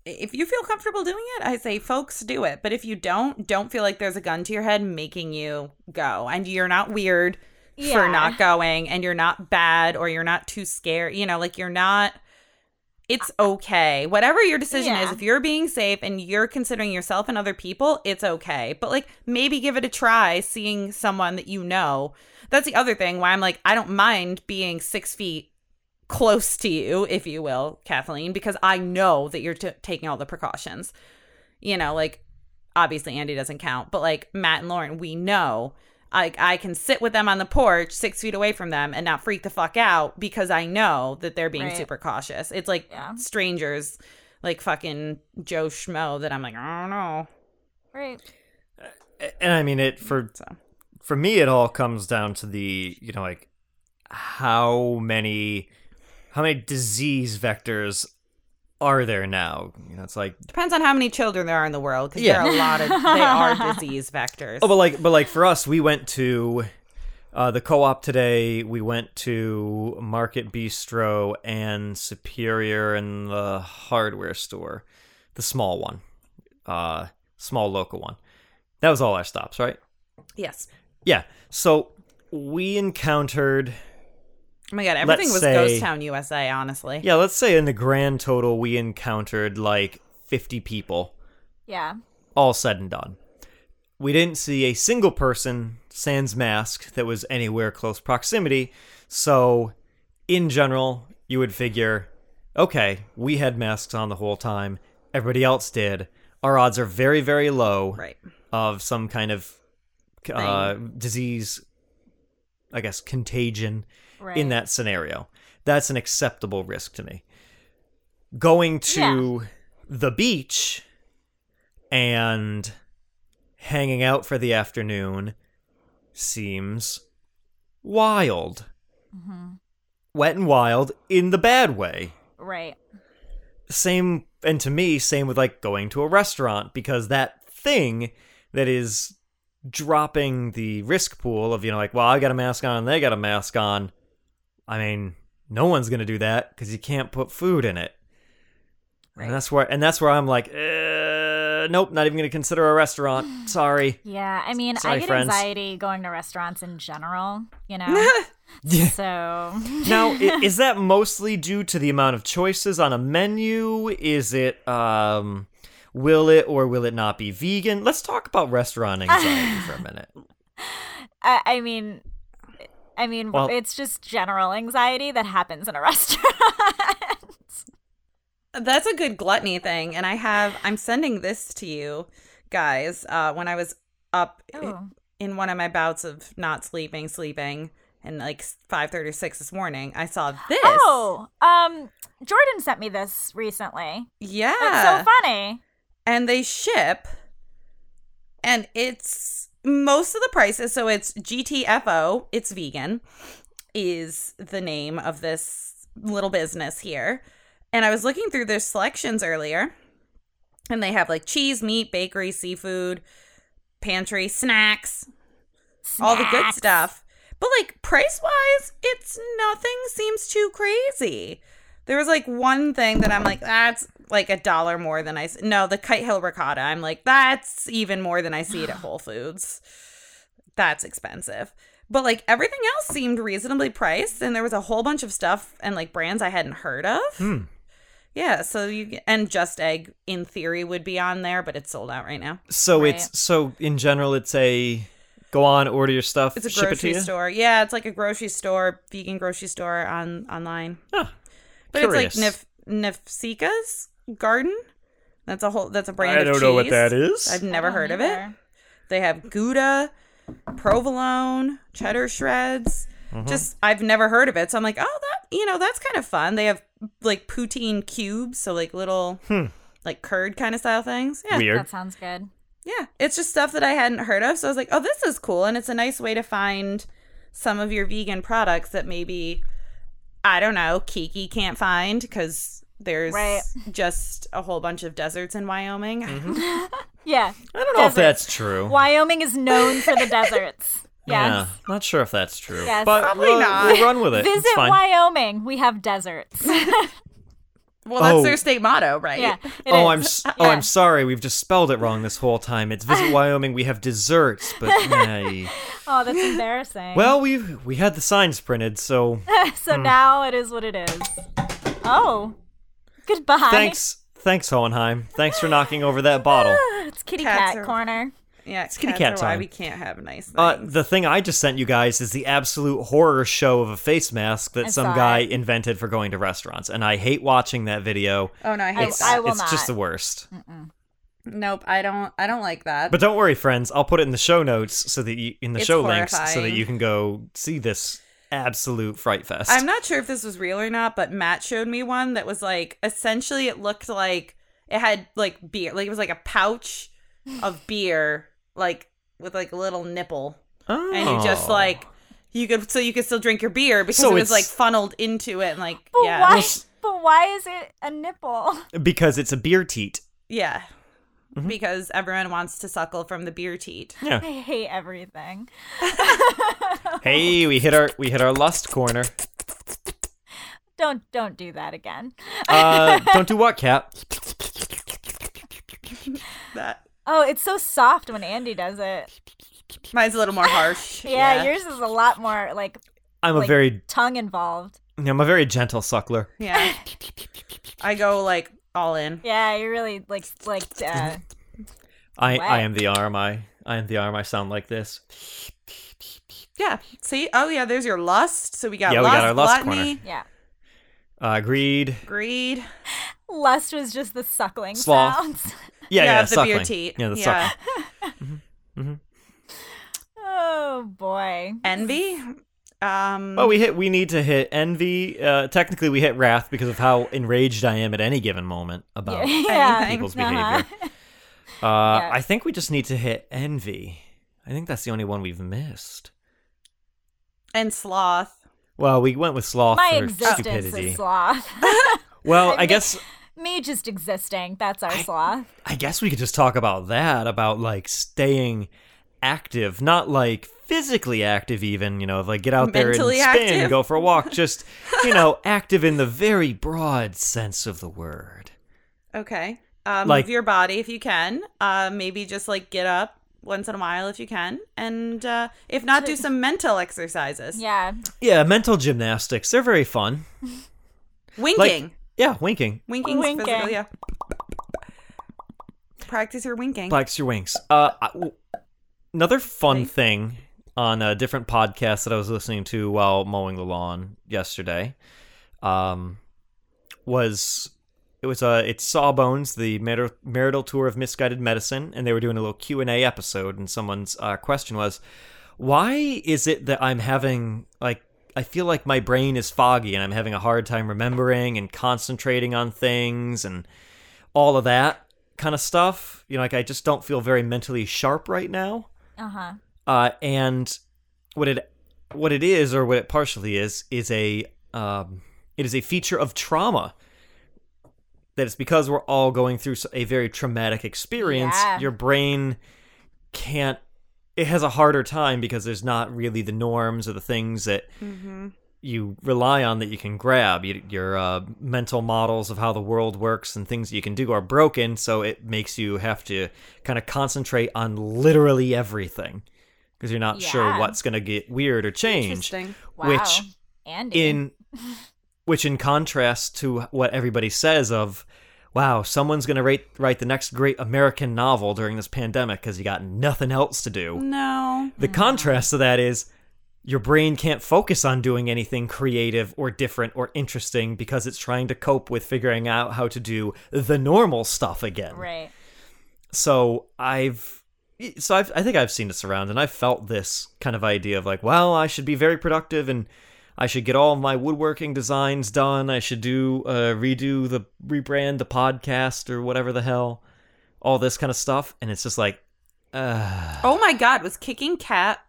A: if you feel comfortable doing it i say folks do it but if you don't don't feel like there's a gun to your head making you go and you're not weird
B: Yeah.
A: for not going and you're not bad or you're not too scared you know like you're not it's okay whatever your decision is
B: Yeah.
A: if you're being safe and you're considering yourself and other people it's okay but like maybe give it a try seeing someone that you know that's the other thing why i'm like i don't mind being six feet close to you, if you will, Kathleen, because I know that you're t- taking all the precautions. You know, like obviously Andy doesn't count, but like Matt and Lauren, we know. Like I can sit with them on the porch, six feet away from them, and not freak the fuck out because I know that they're being
B: Right.
A: super cautious. It's like
B: Yeah.
A: strangers, like fucking Joe Schmo, that I'm like, I don't know.
B: right
C: and i mean it for
A: So.
C: for me it all comes down to the you know like how many how many disease vectors are there now you know it's like
A: Depends on how many children there are in the world because
C: Yeah.
A: there are a lot of they are disease vectors.
C: Oh, but like, but like for us, we went to uh, the co-op today. We went to Market Bistro and Superior and the hardware store, the small one, uh, small local one. That was all our stops, right?
A: yes.
C: Yeah. So we encountered,
A: Oh my god, everything was
C: say-
A: Ghost Town USA. Honestly,
C: yeah, let's say in the grand total, we encountered like fifty people,
B: yeah
C: all said and done. We didn't see a single person sans mask that was anywhere close proximity. So, in general, you would figure, okay, we had masks on the whole time. Everybody else did. Our odds are very, very low
A: right.
C: of some kind of uh, disease, I guess, contagion
B: right
C: in that scenario. That's an acceptable risk to me. Going to the beach and hanging out for the afternoon seems wild. Wet and wild in the bad way.
B: right
C: Same, and to me, same with like going to a restaurant because that thing that is dropping the risk pool of, you know, like, well, I got a mask on, they got a mask on. I mean, no one's gonna do that because you can't put food in it.
B: Right.
C: And that's where, and that's where I'm like, uh, nope, not even gonna consider a restaurant. Sorry.
B: Yeah, I mean,
C: Sorry,
B: I get
C: friends.
B: anxiety going to restaurants in general, you know. so,
C: now, i- is that mostly due to the amount of choices on a menu? Is it, um, will it or will it not be vegan? Let's talk about restaurant anxiety for a minute.
B: I, I mean, I mean,
C: Well-
B: it's just general anxiety that happens in a restaurant.
A: That's a good gluttony thing. And I have, I'm sending this to you guys. Uh, when I was up
B: oh,
A: in one of my bouts of not sleeping, sleeping, and like 5:30 or 6 this morning, I saw this.
B: oh, um, Jordan sent me this recently.
A: yeah.
B: It's so funny.
A: and they ship and it's most of the prices so it's gtfo it's vegan is the name of this little business here and i was looking through their selections earlier and they have like cheese meat bakery seafood pantry snacks all the good
B: Snacks.
A: stuff. But like price wise, it's nothing seems too crazy. There was like one thing that I'm like, that's like a dollar more than I s- no the Kite Hill ricotta. I'm like, that's even more than I see it at Whole Foods. That's expensive. But like everything else seemed reasonably priced, and there was a whole bunch of stuff and like brands I hadn't heard of.
C: Hmm.
A: Yeah, so you and Just Egg in theory would be on there, but it's sold out right now.
C: So
B: Right.
C: it's so in general, it's a go on, order your stuff,
A: It's a
C: ship it to
A: grocery
C: you.
A: store. Yeah, it's like a grocery store, vegan grocery store on online.
C: Huh.
A: But it's
C: Curious.
A: like Nif Nifsika's Garden. That's a whole. That's a brand.
C: I
A: of
C: don't know what
A: cheese.
C: that is.
A: I've
B: I
A: never
B: don't
A: heard of it.
B: either.
A: They have Gouda, provolone, cheddar shreds.
C: Mm-hmm.
A: Just I've never heard of it, so I'm like, oh, that you know that's kind of fun. They have like poutine cubes, so like little
C: Hmm.
A: like curd kind of style things. Yeah,
C: Weird.
B: That sounds good.
A: yeah. It's just stuff that I hadn't heard of, so I was like, oh, this is cool, and it's a nice way to find some of your vegan products that maybe I don't know Kiki can't find because there's
B: Right.
A: just a whole bunch of deserts in Wyoming.
C: Mm-hmm.
B: Yeah.
C: I don't know if
B: Deserts.
C: that's true.
B: Wyoming is known for the deserts.
C: Yeah,
B: Yes.
C: not sure if that's true.
B: Yes.
C: but
A: Probably
C: we'll,
A: not.
C: we'll run with it. it's
B: Visit
C: fine.
B: Wyoming. We have deserts.
A: Well, that's
C: Oh.
A: their state motto, right?
B: yeah. it is.
C: Oh, I'm s oh,
B: Yeah.
C: I'm sorry. We've just spelled it wrong this whole time. It's visit Wyoming. We have desserts, but eh.
B: Oh, that's embarrassing.
C: well, hmm. we we had the signs printed, so
B: so now it is what it is. Oh, goodbye.
C: thanks, thanks Hohenheim. Thanks for knocking over that bottle.
A: Ah.
B: It's kitty
A: Cats
B: cat
A: are-
B: corner.
A: Yeah, it's
C: kitty
A: cats
C: cat
A: are why
C: time.
A: we can't have nice things.
C: Uh, the thing I just sent you guys is the absolute horror show of a face mask that
B: I
C: some
B: saw
C: guy
B: it.
C: invented for going to restaurants, and I hate watching that video.
A: oh no, I hate
C: It's,
A: that.
B: I will
C: it's
B: not.
C: just the worst.
A: nope, I don't. I don't like that.
C: But don't worry, friends. I'll put it in the show notes so that you in the
A: It's
C: show links so that
A: horrifying.
C: you can go see this absolute fright fest.
A: I'm not sure if this was real or not. But Matt showed me one that was like essentially it looked like it had like beer, like it was like a pouch of beer, like with like a little nipple,
C: oh.
A: and you just like you could so you could still drink your beer because
C: So
A: it was
C: it's-
A: like funneled into it, and like
B: But
A: yeah,
B: why? But why is it a nipple?
C: because it's a beer teat.
A: yeah.
C: Mm-hmm.
A: Because everyone wants to suckle from the beer teat.
C: Uh.
B: I hate everything.
C: Hey, we hit our we hit our lust corner.
B: Don't don't do that again.
C: Uh, don't do what, Cap?
A: That
B: Oh, it's so soft when Andy does it.
A: mine's a little more harsh.
B: Yeah, yours is a lot more like
C: I'm a
B: Like-
C: very
B: tongue involved.
C: I'm a very gentle suckler.
A: Yeah. I go like all in.
B: Yeah, you're really like like uh,
C: Mm-hmm. I
B: Wow.
C: I am the arm. I I am the arm. I sound like this.
A: Yeah. See? Oh yeah, there's your lust. So we got
C: Yeah, we
A: lust,
C: got our lust
A: gluttony,
B: yeah.
C: Uh, agreed.
A: greed.
B: Lust was just the suckling
C: Sloth.
B: sounds.
A: Yeah,
C: Yeah, yeah,
A: the beer
C: suckling.
A: teat.
C: Yeah, the
A: Yeah.
C: suckling.
B: Oh boy.
A: Envy. Um
C: Well, Oh, we hit. We need to hit envy. Uh, technically, we hit wrath because of how enraged I am at any given moment about
B: yeah.
C: people's
B: Uh-huh.
C: behavior. Uh, I think we just need to hit envy. I think that's the only one we've missed.
A: and sloth.
C: Well, we went with sloth
B: My
C: for
B: existence
C: stupidity.
B: is sloth.
C: Well, I guess
B: Me just existing. That's our sloth.
C: I guess we could just talk about that about like staying active, not like physically active even, you know, like get out there
A: Mentally
C: and spin,
A: active.
C: go for a walk, just you know, active in the very broad sense of the word.
A: Okay. Um
C: Like-
A: move your body if you can. Uh maybe just like get up once in a while if you can. And uh if not, do some mental exercises.
B: Yeah.
C: Yeah, mental gymnastics, they're very fun.
A: Winking.
C: Yeah, winking.
A: Winking's
B: Winking.
A: physical, yeah. Practice your winking.
C: Blacks your wings. Uh, I- w- another fun thing on a different podcast that I was listening to while mowing the lawn yesterday, um, was it was uh it's Sawbones, the marital, marital tour of misguided medicine, and they were doing a little Q and A episode, and someone's uh, question was, why is it that I'm having like I feel like my brain is foggy and I'm having a hard time remembering and concentrating on things and all of that kind of stuff. You know, like I just don't feel very mentally sharp right now.
B: Uh huh.
C: Uh, and what it what it is, or what it partially is, is a um, it is a feature of trauma. That it's because we're all going through s- a very traumatic experience.
B: Yeah.
C: Your brain can't. It has a harder time because there's not really the norms or the things that
A: mm-hmm.
C: you rely on that you can grab. Your, your uh, mental models of how the world works and things that you can do are broken, so it makes you have to kind of concentrate on literally everything because you're not sure
B: Yeah.
C: what's going to get weird or change.
A: Interesting.
B: Wow.
C: Which
B: Andy.
C: in which in contrast to what everybody says of wow someone's going to write, write the next great american novel during this pandemic because you got nothing else to do
A: No.
C: the contrast to that is your brain can't focus on doing anything creative or different or interesting because it's trying to cope with figuring out how to do the normal stuff again
B: Right.
C: so I've so I've, I think I've seen this around, and I've felt this kind of idea of like, well, I should be very productive, and I should get all my woodworking designs done. I should do uh, redo the rebrand the podcast or whatever the hell, all this kind of stuff, and it's just like, uh,
A: Oh my God, was kicking cat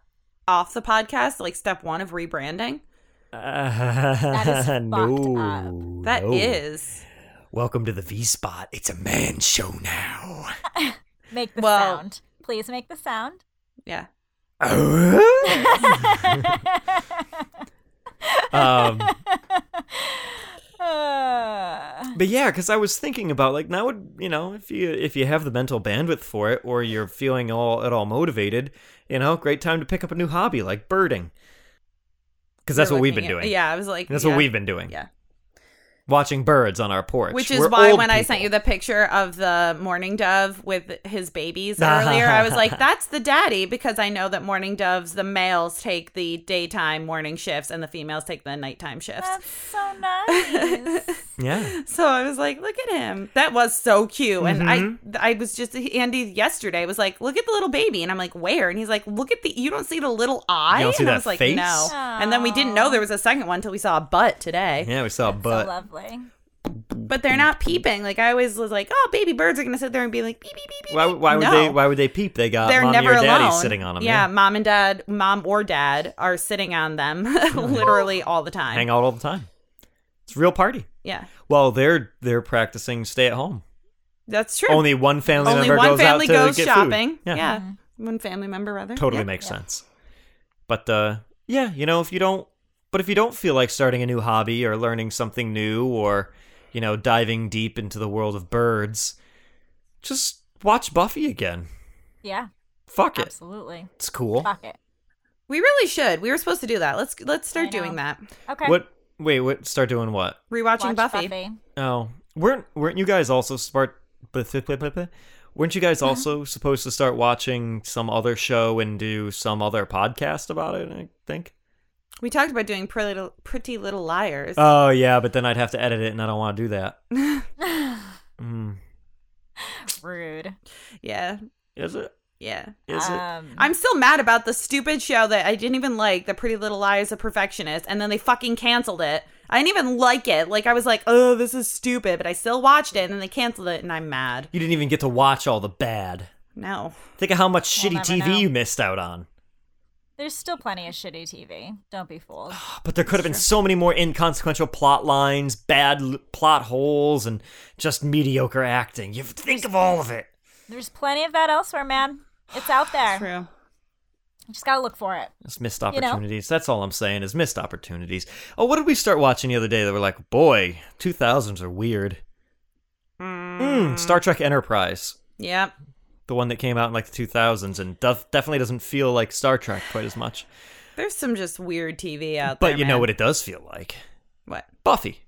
A: off the podcast like step one of rebranding?
B: is fucked
C: no,
A: That is.
C: no. welcome to the V Spot. It's a man show now.
B: Make the
A: Well-
B: sound. Please make the sound.
A: Yeah.
C: um.
B: Uh,
C: But yeah, because I was thinking about like now, would you know, if you if you have the mental bandwidth for it, or you're feeling all at all motivated, you know, great time to pick up a new hobby like birding, because that's
A: You're
C: what we've
A: looking
C: been
A: at-
C: doing.
A: Yeah, I was like,
C: that's
A: yeah.
C: what we've been doing.
A: Yeah.
C: watching birds on our porch,
A: Which is
C: We're
A: why
C: old
A: when I sent
C: people.
A: you the picture of the mourning dove with his babies earlier, I was like, that's the daddy because I know that mourning doves, the males take the daytime morning shifts and the females take the nighttime shifts.
B: that's so nice.
C: yeah,
A: So I was like, look at him. That was so cute. And
C: Mm-hmm.
A: I I was just Andy yesterday was like, look at the little baby. And I'm like, where? And he's like, look at the you don't see the little eye?
C: You don't see
A: and
C: that
A: I was like,
C: face?
A: no. And then we didn't know there was a second one until we saw a butt today.
C: yeah, we saw a
B: so
C: butt.
B: lovely.
A: But they're not peeping. Like I always was like, oh, baby birds are gonna sit there and be like, beep beep beep. beep.
C: Why, why would
A: No.
C: they? Why would they peep? They got
A: They're
C: Uh, mommy
A: never
C: or daddy
A: alone.
C: sitting on them.
A: Yeah, mom and dad, mom or dad are sitting on them literally all the time.
C: Oh, hang out all the time. It's a real party.
A: Yeah,
C: Well, they're they're practicing stay at home.
A: that's true.
C: Only one family
A: Only
C: member
A: one
C: goes
A: family
C: out to
A: goes
C: get food.
A: shopping. Yeah.
C: Yeah.
B: Mm-hmm.
A: One family member, rather.
C: totally
A: Yeah.
C: makes sense. But uh, yeah, you know, if you don't, but if you don't feel like starting a new hobby or learning something new or, you know, diving deep into the world of birds, just watch Buffy again.
B: Yeah,
C: Fuck it,
B: absolutely.
C: it's cool.
B: Fuck it.
A: We really should. We were supposed to do that. Let's let's
B: I
A: start
B: know.
A: doing that.
B: Okay.
C: What? Wait, what? Start doing what?
A: Rewatching
B: Watch
A: Buffy.
C: Oh, weren't weren't you guys also start? bleh, bleh, bleh, bleh, bleh? Weren't you guys also supposed to start watching some other show and do some other podcast about it? I think.
A: We talked about doing Pretty Little, Pretty Little Liars.
C: Oh yeah, but then I'd have to edit it, and I don't want to do that. Mm.
B: Rude.
A: yeah,
C: Is it?
A: yeah.
C: Is it?
B: Um,
A: I'm still mad about the stupid show that I didn't even like, The Pretty Little Liars of Perfectionist, and then they fucking canceled it. I didn't even like it. Like I was like, oh, this is stupid, but I still watched it, and then they canceled it, and I'm mad.
C: You didn't even get to watch all the bad.
A: No,
C: Think of how much
B: We'll
C: shitty
B: never
C: TV
B: know.
C: you missed out on.
B: There's still plenty of shitty TV. Don't be fooled.
C: But there could have been so many more inconsequential plot lines, bad l- plot holes, and just mediocre acting. You think of all of it.
B: There's plenty of that elsewhere, man. It's out there.
A: true.
B: You just gotta look for it.
C: It's missed
B: You know?
C: opportunities. That's all I'm saying is missed opportunities. Oh, what did we start watching the other day that we're like, boy, 2000s are weird? Mm, Star Trek Enterprise,
A: Yeah,
C: the one that came out in like the 2000s and def- definitely doesn't feel like Star Trek quite as much.
A: there's some just weird TV out
C: But
A: there.
C: you know
A: man.
C: what it does feel like?
A: What?
C: Buffy.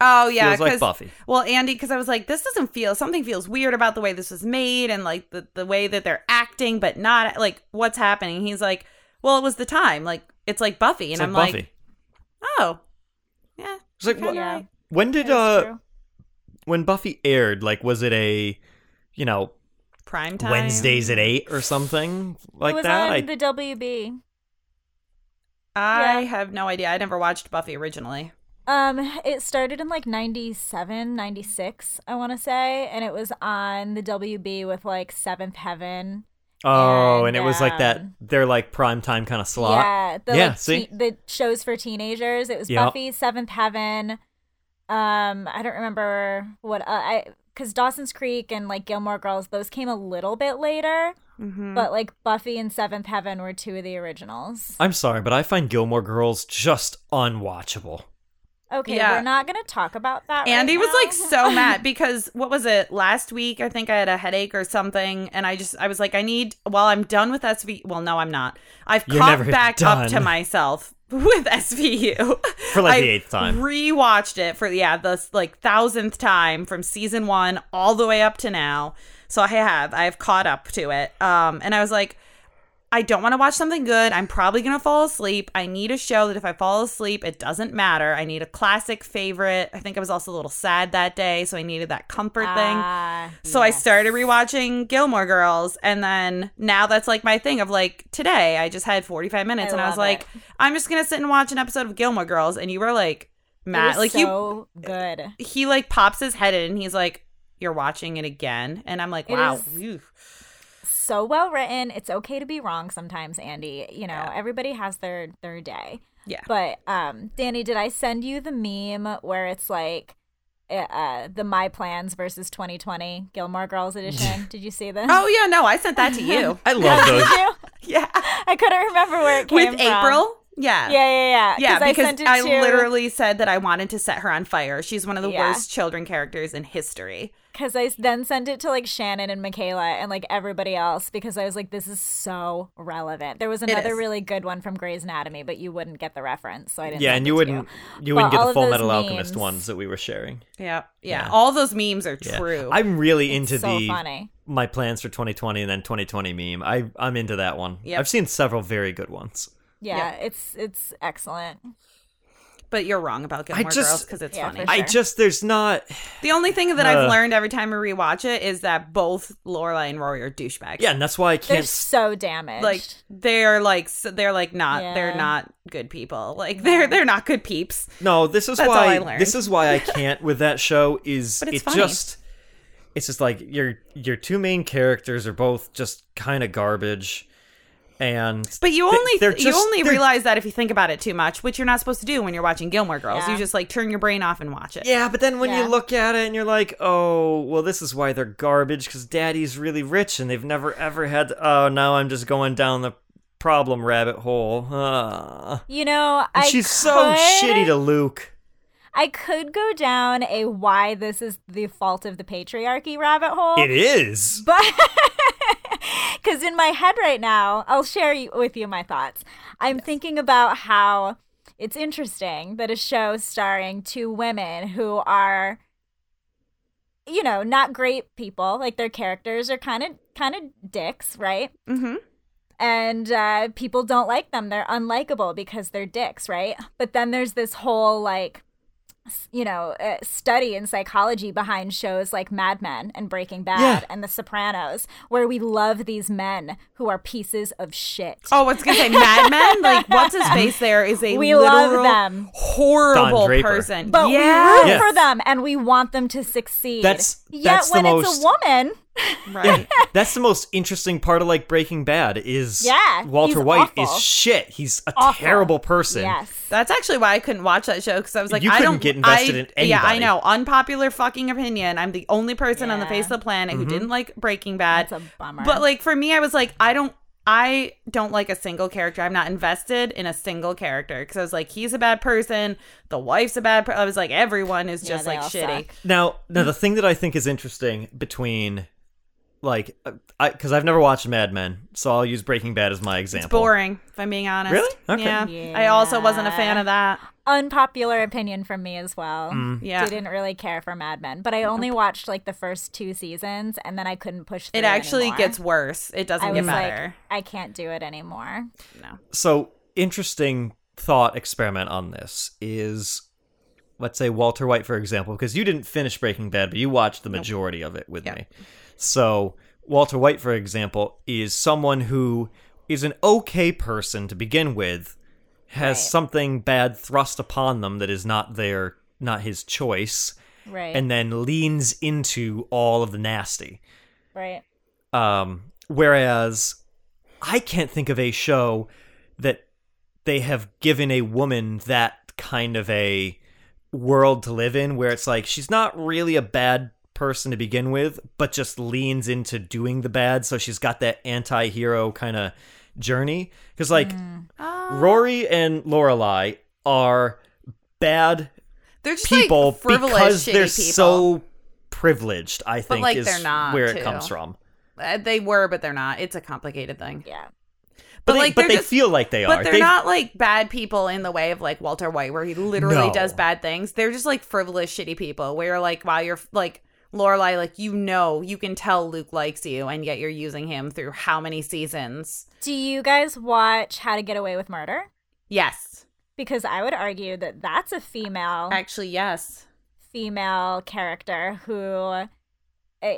A: Oh yeah,
C: Feels like
A: 'cause-
C: Buffy.
A: Well, Andy, because I was like, this doesn't feel something feels weird about the way this was made and like the the way that they're acting, but not like what's happening. He's like, well, it was the time. Like it's like Buffy, and
C: It's
A: I'm like,
C: like Buffy.
A: oh, yeah,
C: It's like,
A: kinda
C: wh-
B: Yeah.
A: right.
C: when did
B: It's
C: uh
B: true.
C: when Buffy aired? Like, was it a you know
A: prime time
C: Wednesdays at eight or something like
B: it was
C: that?
B: on
C: I,
B: the WB.
A: I
B: Yeah.
A: have no idea. I never watched Buffy originally.
B: Um, it started in like 97, 96, I want to say, and it was on the WB with like Seventh Heaven.
C: oh, and,
B: and,
C: it was like that.
B: um,
C: They're like prime time kind of slot.
B: Yeah, the,
C: Yeah,
B: like,
C: see?
B: te- the shows for teenagers. It was
C: Yeah.
B: Buffy, Seventh Heaven. Um, I don't remember what uh, I because Dawson's Creek and like Gilmore Girls, those came a little bit later,
C: Hmm.
A: Mm-hmm.
B: but like Buffy and Seventh Heaven were two of the originals.
C: I'm sorry, but I find Gilmore Girls just unwatchable.
B: Okay,
A: Yeah.
B: we're not going to talk about that. right
A: Andy was
B: now.
A: like so mad because what was it last week? I think I had a headache or something, and I just I was like, I need. While I'm done with SV, well, no, I'm not. I've
C: You're
A: caught
C: never
A: back up to
C: done.
A: myself with SVU
C: For, like,
A: I
C: the eighth time.
A: Rewatched it for yeah the like thousandth time from season one all the way up to now. So I have I've caught up to it. Um, and I was like. I don't want to watch something good. I'm probably going to fall asleep. I need a show that if I fall asleep, it doesn't matter. I need a classic favorite. I think I was also a little sad that day, so I needed that comfort thing.
B: Ah,
A: So I
B: yes.
A: started rewatching Gilmore Girls and then now that's like my thing of like today I just had 45 minutes
B: I
A: and I was
B: love
A: like
B: it.
A: I'm just going to sit and watch an episode of Gilmore Girls and you were like
B: It
A: Matt
B: was
A: like
B: so good.
A: you he like pops his head in and he's like you're watching it again and I'm like
B: It
A: wow.
B: is-
A: oof.
B: so well written. It's okay to be wrong sometimes, Andy. You know, everybody has their their day.
A: Yeah.
B: But um, Danny, did I send you the meme where it's like uh, uh, the My Plans versus 2020 Gilmore Girls edition? did you see this?
A: Oh yeah, no, I sent that to you.
C: I love those.
B: Did you?
A: yeah.
B: I couldn't remember where it came
A: With
B: from.
A: April? Yeah.
B: Yeah, yeah, yeah.
A: Yeah, because
B: I, sent it
A: I
B: to-
A: literally said that I wanted to set her on fire. She's one of the
B: Yeah.
A: worst children characters in history.
B: Because I then sent it to like Shannon and Michaela and like everybody else because I was like, this is so relevant. There was another
A: is.
B: really good one from Grey's Anatomy, but you wouldn't get the reference, so I didn't.
C: Yeah,
B: send
C: and
B: it
C: you
B: to
C: wouldn't you
B: But
C: wouldn't get
B: all
C: the
B: of
C: Full
B: those
C: Metal Alchemist
B: memes-
C: ones that we were sharing.
A: Yeah, yeah.
C: Yeah.
A: All those memes are
C: Yeah.
A: true.
C: I'm really
B: It's
C: into
B: so
C: the
B: funny.
C: my plans for 2020 and then 2020 meme. I I'm into that one.
A: Yep.
C: I've seen several very good ones.
B: Yeah,
A: Yeah.
B: it's it's excellent.
A: but you're wrong about Gilmore
C: just-
A: Girls because it's
B: Yeah,
A: funny.
B: for
C: I
B: sure.
C: just there's not
A: the only thing that
C: Uh.
A: I've learned every time I rewatch it is that both Lorelai and Rory are douchebags.
C: yeah, and that's why I
B: They're
C: can't s-
B: so damaged.
A: Like they're like s- they're like not they're
B: Yeah.
A: not good people. Like they're they're not good peeps.
C: No, this is
A: That's all I
C: why
A: learned.
C: this is why I can't with that show is
A: But it's
C: it
A: funny.
C: just it's just like your your two main characters are both just kind of garbage and
A: But you
C: They-
A: only
C: they're
A: you
C: just-
A: only
C: they're-
A: realize that if you think about it too much, which you're not supposed to do when you're watching Gilmore Girls.
B: Yeah.
A: You just like turn your brain off and watch it.
C: Yeah, but then when
B: Yeah.
C: you look at it and you're like, oh, well, this is why they're garbage because daddy's really rich and they've never ever had. oh, now I'm just going down the problem rabbit hole. Ah.
B: you know,
C: And
B: I
C: she's so
B: could-
C: shitty to Luke.
B: I could go down a why this is the fault of the patriarchy rabbit hole.
C: It is.
B: But because in my head right now, I'll share you, with you my thoughts. I'm thinking about how it's interesting that a show starring two women who are, you know, not great people. Like their characters are kind of kind of dicks, right?
A: Mm-hmm.
B: and uh, people don't like them. They're unlikable because they're dicks, right? But then there's this whole like, s- you know, uh, study in psychology behind shows like Mad Men and Breaking Bad
C: Yeah.
B: and The Sopranos, where we love these men who are pieces of shit.
A: Oh, what's gonna say Mad Men? Like, what's his face? There is a
B: We love
A: literal
B: them.
A: horrible
C: Don Draper.
A: person.
B: But
A: yeah,
B: we root
C: Yes.
B: for them and we want them to succeed.
C: That's-
B: Yet
C: that's the
B: when it's
C: most-
B: a woman,
A: right.
C: That's the most interesting part of like Breaking Bad is
B: Yeah,
C: Walter
B: he's
C: White
B: awful.
C: is shit. He's a
B: Awful.
C: terrible person.
B: yes.
A: That's actually why I couldn't watch that show because I was like,
C: You
A: I
C: couldn't
A: don't
C: get invested
A: I,
C: in
A: Yeah, I
C: anybody.
A: know. Unpopular fucking opinion. I'm the only person on the
B: Yeah.
A: face of the planet
C: Mm-hmm.
A: who didn't like Breaking Bad.
B: That's a bummer.
A: But like for me, I was like, I don't. I don't like a single character. I'm not invested in a single character because I was like, he's a bad person. The wife's a bad person. I was like, everyone is
B: Yeah,
A: just
B: they
A: like
B: all
A: shitty.
B: suck.
C: Now, now the thing that I think is interesting between, like, uh, I because I've never watched Mad Men, so I'll use Breaking Bad as my example.
A: It's boring, if I'm being honest.
C: Really? Okay.
A: Yeah. I also wasn't a fan
B: Yeah.
A: of that.
B: Unpopular opinion from me as well.
C: Mm.
A: Yeah.
B: didn't really care for Mad Men, but I only watched like the first two seasons, and then I couldn't push. Through
A: It actually
B: anymore.
A: gets worse. It doesn't
B: I
A: get
B: was like,
A: better.
B: I can't do it anymore.
A: no.
C: so interesting thought experiment on this is let's say Walter White for example because you didn't finish Breaking Bad but you watched the majority of it with
A: Yeah.
C: me. So Walter White for example is someone who is an okay person to begin with has
B: Right.
C: something bad thrust upon them that is not their not his choice
B: Right.
C: and then leans into all of the nasty.
B: right.
C: Um, whereas I can't think of a show that they have given a woman that kind of a world to live in where it's like she's not really a bad person to begin with, but just leans into doing the bad. So she's got that anti hero kind of journey.
A: Mm.
B: "Oh."
C: Because, like, Rory and Lorelei are bad
A: They're just
C: people
A: like frivolous,
C: because they're
A: shitty people.
C: so privileged. I think
A: like,
C: is
A: they're not,
C: where
A: too.
C: it comes from.
A: Uh, they were, but they're not. It's a complicated thing.
B: Yeah.
A: But,
C: But, they,
A: like,
C: but
A: they're
C: they
A: just-
C: feel like they
A: But
C: are.
A: they're
C: They-
A: not like bad people in the way of like Walter White, where he literally
C: No.
A: does bad things. They're just like frivolous, shitty people. Where like, while you're like Lorelai, like you know, you can tell Luke likes you, and yet you're using him through how many seasons?
B: Do you guys watch How to Get Away with Murder?
A: Yes,
B: Because I would argue that that's a female
A: actually, yes.
B: female character who uh,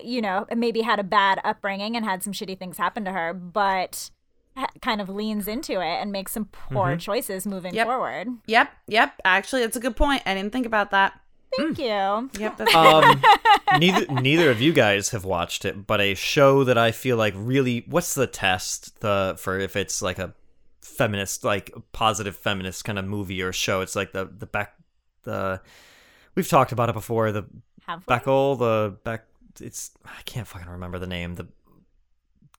B: you know maybe had a bad upbringing and had some shitty things happen to her but ha- kind of leans into it and makes some poor choices moving
A: Yep.
B: forward
A: Yep, yep. Actually, that's a good point. I didn't think about that.
B: thank you
A: Yep, that's
C: um, neither neither of you guys have watched it, but a show that I feel like really what's the test the for if it's like a feminist like positive feminist kind of movie or show? It's like the the back the we've talked about it before the
B: have fun.
C: Beckel the back it's I can't fucking remember the name the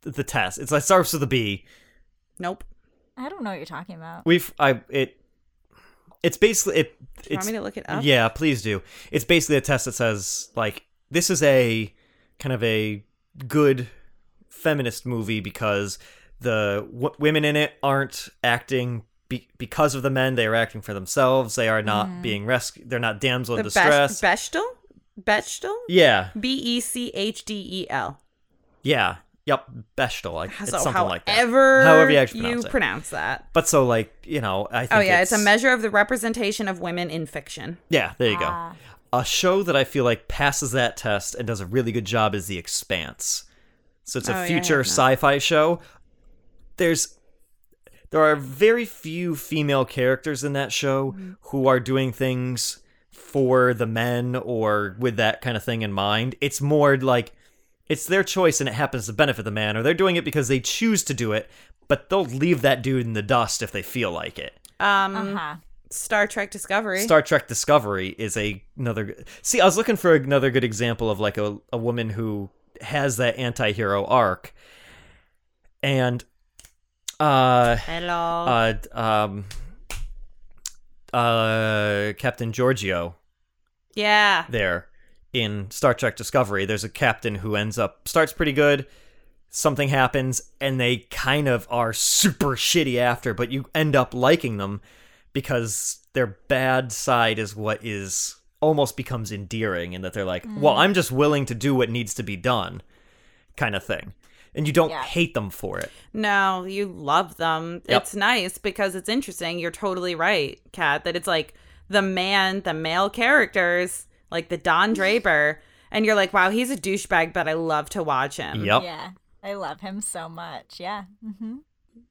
C: the test. It's like starts with a B.
A: nope.
B: i don't know what you're talking about
C: We've I it it's basically it
A: Do you
C: it's
A: want me to look it up?
C: yeah, please do. It's basically a test that says like this is a kind of a good feminist movie because the w- women in it aren't acting be- because of the men; they are acting for themselves. They are not being rescued. They're not damsel
A: Mm-hmm. the
C: in distress.
A: Bech- Bechtel, Bechtel,
C: yeah,
A: B E C H D E L.
C: yeah, yep, Bechtel. Like
A: So
C: it's something
A: however
C: like that. However you actually pronounce it.
A: pronounce that.
C: but so like you know, I think
A: Oh yeah,
C: it's,
A: it's a measure of the representation of women in fiction.
C: Yeah, there you go.
B: Ah.
C: a show that I feel like passes that test and does a really good job is The Expanse. So it's
A: Oh, yeah,
C: a
A: I
C: future
A: have not.
C: sci-fi show. There's there are very few female characters in that show
A: Mm-hmm.
C: who are doing things for the men or with that kind of thing in mind. It's more like it's their choice and it happens to benefit the man or they're doing it because they choose to do it, but they'll leave that dude in the dust if they feel like it.
A: Um,
B: uh-huh
A: Star Trek Discovery.
C: Oh. Star Trek Discovery is a another. g- See, I was looking for another good example of like a a woman who has that anti-hero arc, and uh,
A: Hello.
C: uh, um, uh, Captain Giorgio
A: yeah.
C: there in Star Trek Discovery. There's a captain who ends up starts pretty good. Something happens and they kind of are super shitty after, but you end up liking them because their bad side is what is almost becomes endearing and that they're like, "Well, I'm just willing to do what needs to be done." kind of thing. And you don't
B: Yeah.
C: hate them for it.
A: No, you love them.
C: Yep.
A: It's nice because it's interesting. You're totally right, Kat, that it's like the man, the male characters, like the Don Draper, and you're like, wow, he's a douchebag, but I love to watch him.
C: Yep.
B: yeah i love him so much yeah mm-hmm.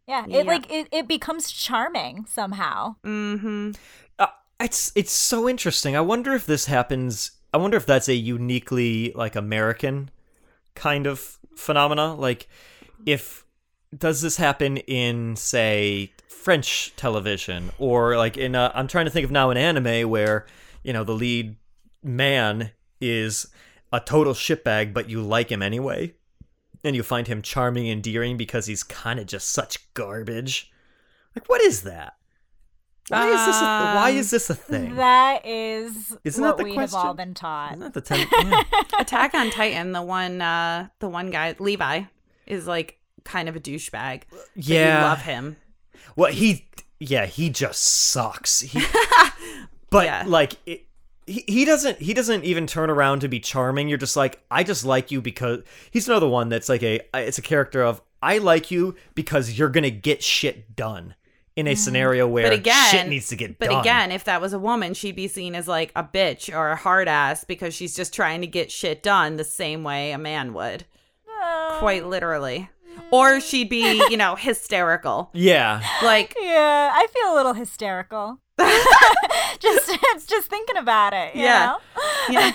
B: yeah it
A: Yeah.
B: like it, it becomes charming somehow
A: Mm-hmm.
C: Uh, it's it's so interesting. I wonder if this happens. I wonder if that's a uniquely like American kind of phenomena. Like, if does this happen in say French television or like in a, I'm trying to think of now an anime where you know the lead man is a total shitbag, but you like him anyway, and you find him charming, and endearing because he's kind of just such garbage. Like, what is that? Why is this? A, why
A: Um,
C: is this a thing?
B: that is
C: Isn't that
B: what
C: the
B: we have
C: question?
B: all been taught
C: Isn't that the ten- yeah.
A: Attack on Titan, the one uh the one guy, Levi, is like kind of a douchebag. but
C: Yeah.
A: You love him.
C: Well, he, yeah, he just sucks. He, but
A: Yeah.
C: like, it, he he doesn't he doesn't even turn around to be charming. You're just like, I just like you because he's another one that's like a it's a character of I like you because you're gonna get shit done in a scenario where
A: Mm. But again,
C: shit needs to get
A: But
C: done.
A: again, if that was a woman, she'd be seen as like a bitch or a hard ass because she's just trying to get shit done the same way a man would.
B: Uh,
A: Quite literally. Or she'd be, you know, hysterical.
C: yeah,
A: Like
B: Yeah, I feel a little hysterical. just just thinking about it. you
A: Yeah.
B: know?
A: yeah.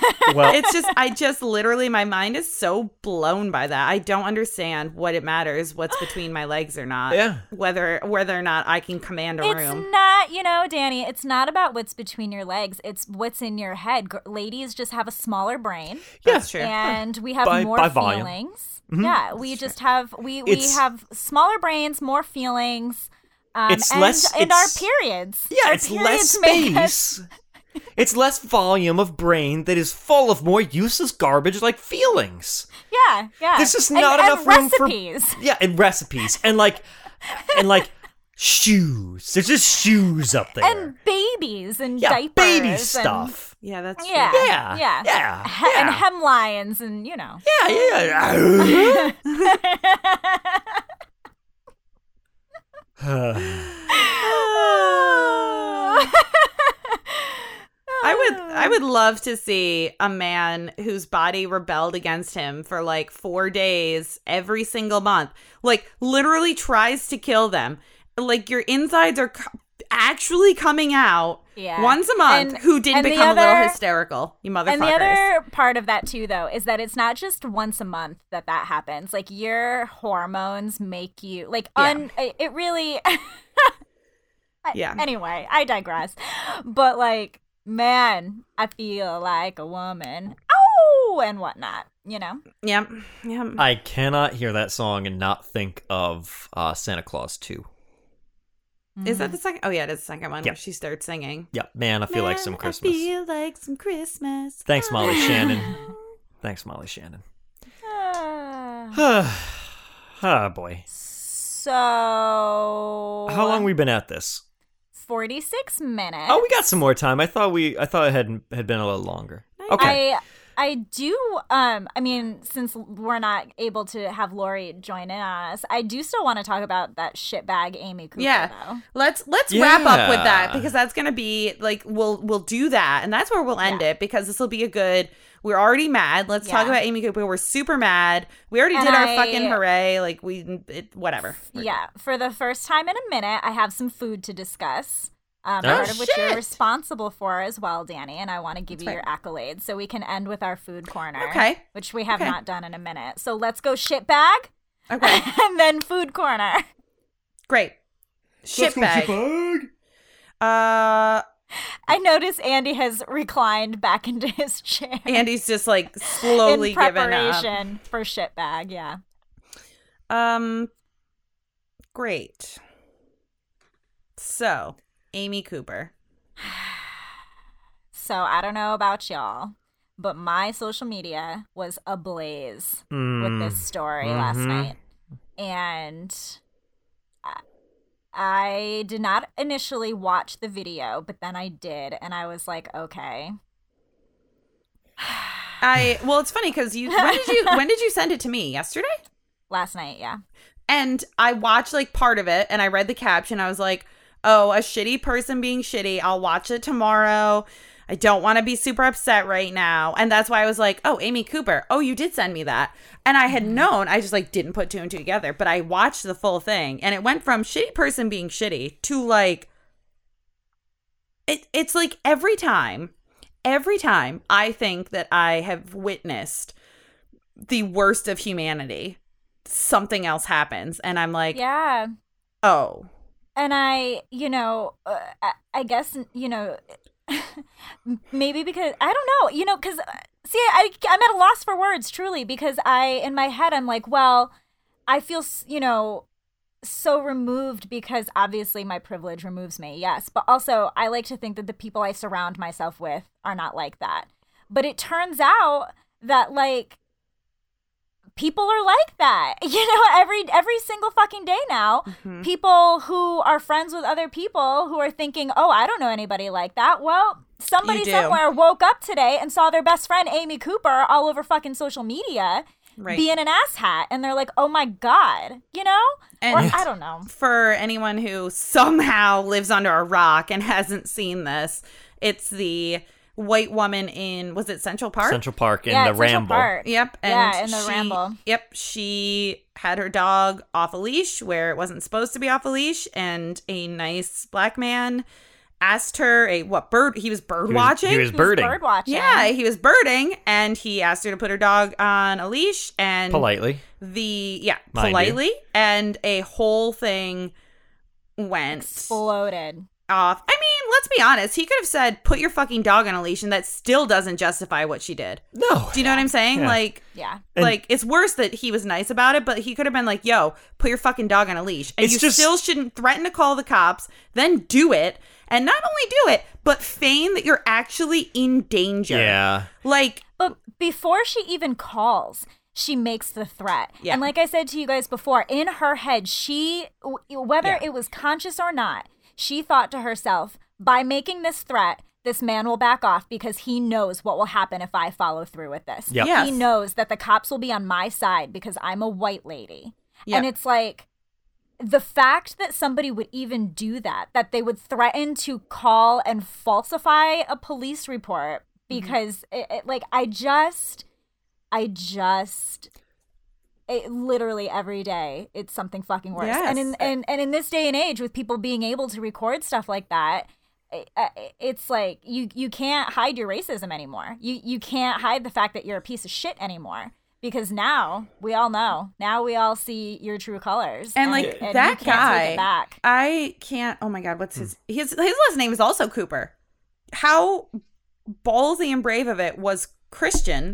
C: well,
A: it's just I just literally my mind is so blown by that. I don't understand what it matters what's between my legs or not.
C: Yeah.
A: Whether whether or not I can command a room.
C: um.
B: It's not, you know, Danny, it's not about what's between your legs. It's what's in your head. Gr- ladies just have a smaller brain
A: That's true.
B: and we have
C: By-
B: more
C: by volume. Mm-hmm.
B: feelings. Yeah, we just have we we
C: It's-
B: have smaller brains, more feelings. Um,
C: It's
B: and,
C: less-
B: and our
C: it's-
B: periods.
C: yeah,
B: Our
C: it's less
B: periods make us-
C: space. It's less volume of brain that is full of more useless garbage like feelings.
B: Yeah, yeah.
C: This is
B: And-
C: not
B: and
C: enough room for-
B: recipes.
C: Yeah, and recipes and like and like shoes. There's just shoes up there.
B: and babies and
C: yeah,
B: diapers,
C: baby
B: and-
C: stuff.
A: Yeah, that's
B: yeah,
A: true.
C: Yeah,
B: yeah,
C: yeah,
B: He- and
C: yeah.
B: hemlines, and you know.
C: Yeah, yeah. yeah.
A: I would I would love to see a man whose body rebelled against him for like 4 days every single month. Like literally tries to kill them. Like your insides are co- actually coming out
B: Yeah.
A: once a month
B: And-
A: who didn't
B: and the
A: become a little
B: other-
A: hysterical. You motherfuckers.
B: And the other part of that too, though, is that it's not just once a month that that happens. Like your hormones make you like un. it- It really.
A: Yeah.
B: Anyway, I digress. But like, man, I feel like a woman. Oh, and whatnot. You know.
A: Yep. Yep.
C: I cannot hear that song and not think of uh, Santa Claus 2.
A: Is
B: Um,
A: that the second? Oh yeah, it is the second one
C: Yeah.
A: where she starts singing.
C: Yeah, man, I feel like some
A: Man,
C: Christmas.
A: I feel like some Christmas.
C: Thanks, Molly Shannon. Thanks, Molly Shannon.
B: Ah.
C: Ah, boy.
B: so. How
C: How long we been at this?
B: Forty-six minutes.
C: Oh, we got some more time. I thought we I thought it had had been a little longer. Okay.
B: I I do um I mean since we're not able to have Lori join in on us, I do still want to talk about that shitbag Amy Cooper
A: Yeah.
B: though.
A: Let's let's wrap up with that
C: Yeah.
A: because that's gonna be like we'll we'll do that and that's where we'll end it because this will be a good. We're already mad. Let's talk
B: Yeah.
A: about Amy Cooper. We're super mad. We already
B: And
A: did our
B: I-
A: fucking hooray. Like we it, whatever.
B: Yeah. For the first time in a minute, I have some food to discuss. Um,
C: Oh,
B: part of which
A: shit.
B: you're responsible for as well, Danny, and I want to give you
A: That's
B: your accolades so we can end with our food corner.
A: Okay.
B: Which we have
A: Okay.
B: not done in a minute. So let's go shitbag
A: Okay,
B: and then food corner.
A: great. Shitbag. Uh,
B: I notice Andy has reclined back into his chair.
A: Andy's just like slowly
B: in
A: giving up.
B: preparation for shitbag. Yeah.
A: Um, great. So, Amy Cooper.
B: So I don't know about y'all, but my social media was ablaze with
C: Mm.
B: this story last
C: Mhm.
B: night, and I- I did not initially watch the video, but then I did, and I was like, okay.
A: I well, it's funny because you when did you when did you send it to me yesterday?
B: Last night, yeah.
A: And I watched like part of it and I read the caption. I was like, oh, a shitty person being shitty. I'll watch it tomorrow. I don't want to be super upset right now. And that's why I was like, oh, Amy Cooper. Oh, you did send me that. And I had known, I just like didn't put two and two together, but I watched the full thing and it went from shitty person being shitty to like, it, it's like every time, every time I think that I have witnessed the worst of humanity, something else happens. And I'm like,
B: Yeah.
A: oh,
B: and I, you know, uh, I- I guess you know, maybe because I don't know, you know, because see, I I'm at a loss for words, truly, because I in my head I'm like, well, I feel, s- you know, so removed because obviously my privilege removes me, yes, but also I like to think that the people I surround myself with are not like that, but it turns out that like people are like that, you know, every every single fucking day now
A: Mm-hmm.
B: people who are friends with other people who are thinking, "Oh, I don't know anybody like that." Well,
A: You
B: somebody
A: do.
B: somewhere woke up today and saw their best friend Amy Cooper all over fucking social media
A: right.
B: being an asshat, and they're like, "Oh my god," you know?
A: And-
B: or I don't know.
A: for anyone who somehow lives under a rock and hasn't seen this, it's the white woman in was it Central Park?
C: Central Park in
B: yeah,
C: the
B: it's Central
C: Ramble.
B: Park.
A: Yep. And
B: yeah, in the
A: she-
B: ramble.
A: Yep. She had her dog off a leash where it wasn't supposed to be off a leash, and a nice black man asked her a what bird he was bird
C: He was-
A: watching.
C: He was
B: He was
C: birding.
B: bird watching.
A: yeah, he was birding, and he asked her to put her dog on a leash, and
C: Politely.
A: the yeah
C: Mind you.
A: politely, and a whole thing went
B: exploded.
A: off. I mean, let's be honest. He could have said, "Put your fucking dog on a leash," and that still doesn't justify what she did.
C: No.
A: Do you know what I'm saying?
C: Yeah.
A: Like,
B: Yeah.
C: And-
A: like it's worse that he was nice about it, but he could have been like, "Yo, put your fucking dog on a leash," and
C: It's
A: you
C: just-
A: still shouldn't threaten to call the cops, then do it, and not only do it, but feign that you're actually in danger.
C: Yeah.
A: Like,
B: But before she even calls, she makes the threat.
A: Yeah.
B: And like I said to you guys before, in her head, she, w- whether
A: Yeah.
B: it was conscious or not, she thought to herself, by making this threat, this man will back off because he knows what will happen if I follow through with this.
C: Yep.
A: Yes.
B: He knows that the cops will be on my side because I'm a white lady.
A: Yep.
B: And it's like, the fact that somebody would even do that, that they would threaten to call and falsify a police report because it, it- like I just I just it, literally every day it's something fucking worse. And in
A: Yes.
B: and, and in this day and age with people being able to record stuff like that, i- i- it's like you you can't hide your racism anymore. You you can't hide the fact that you're a piece of shit anymore because now we all know. Now we all see your true colors.
A: and like
B: and you
A: that
B: can't
A: guy,
B: take it back.
A: I can't. Oh my god, what's his his his last name is also Cooper. How ballsy and brave of it was Christian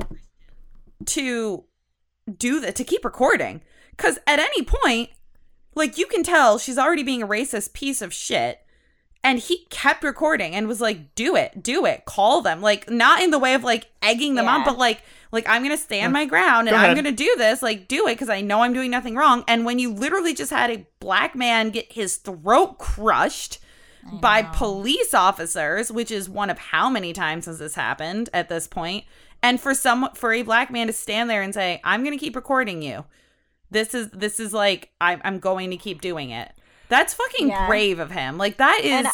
A: to do that to keep recording? Because at any point, like you can tell, she's already being a racist piece of shit. And he kept recording and was like, "Do it, do it, call them." Like not in the way of like egging them on,
B: Yeah.
A: but like, like I'm gonna stand my ground and
C: Go
A: I'm
C: ahead.
A: gonna to do this, like do it because I know I'm doing nothing wrong. And when you literally just had a black man get his throat crushed by police officers, which is one of how many times has this happened at this point, and for some for a black man to stand there and say, "I'm going to keep recording you," this is this is like I'm I'm going to keep doing it. That's fucking
B: Yeah.
A: brave of him. Like that is
B: And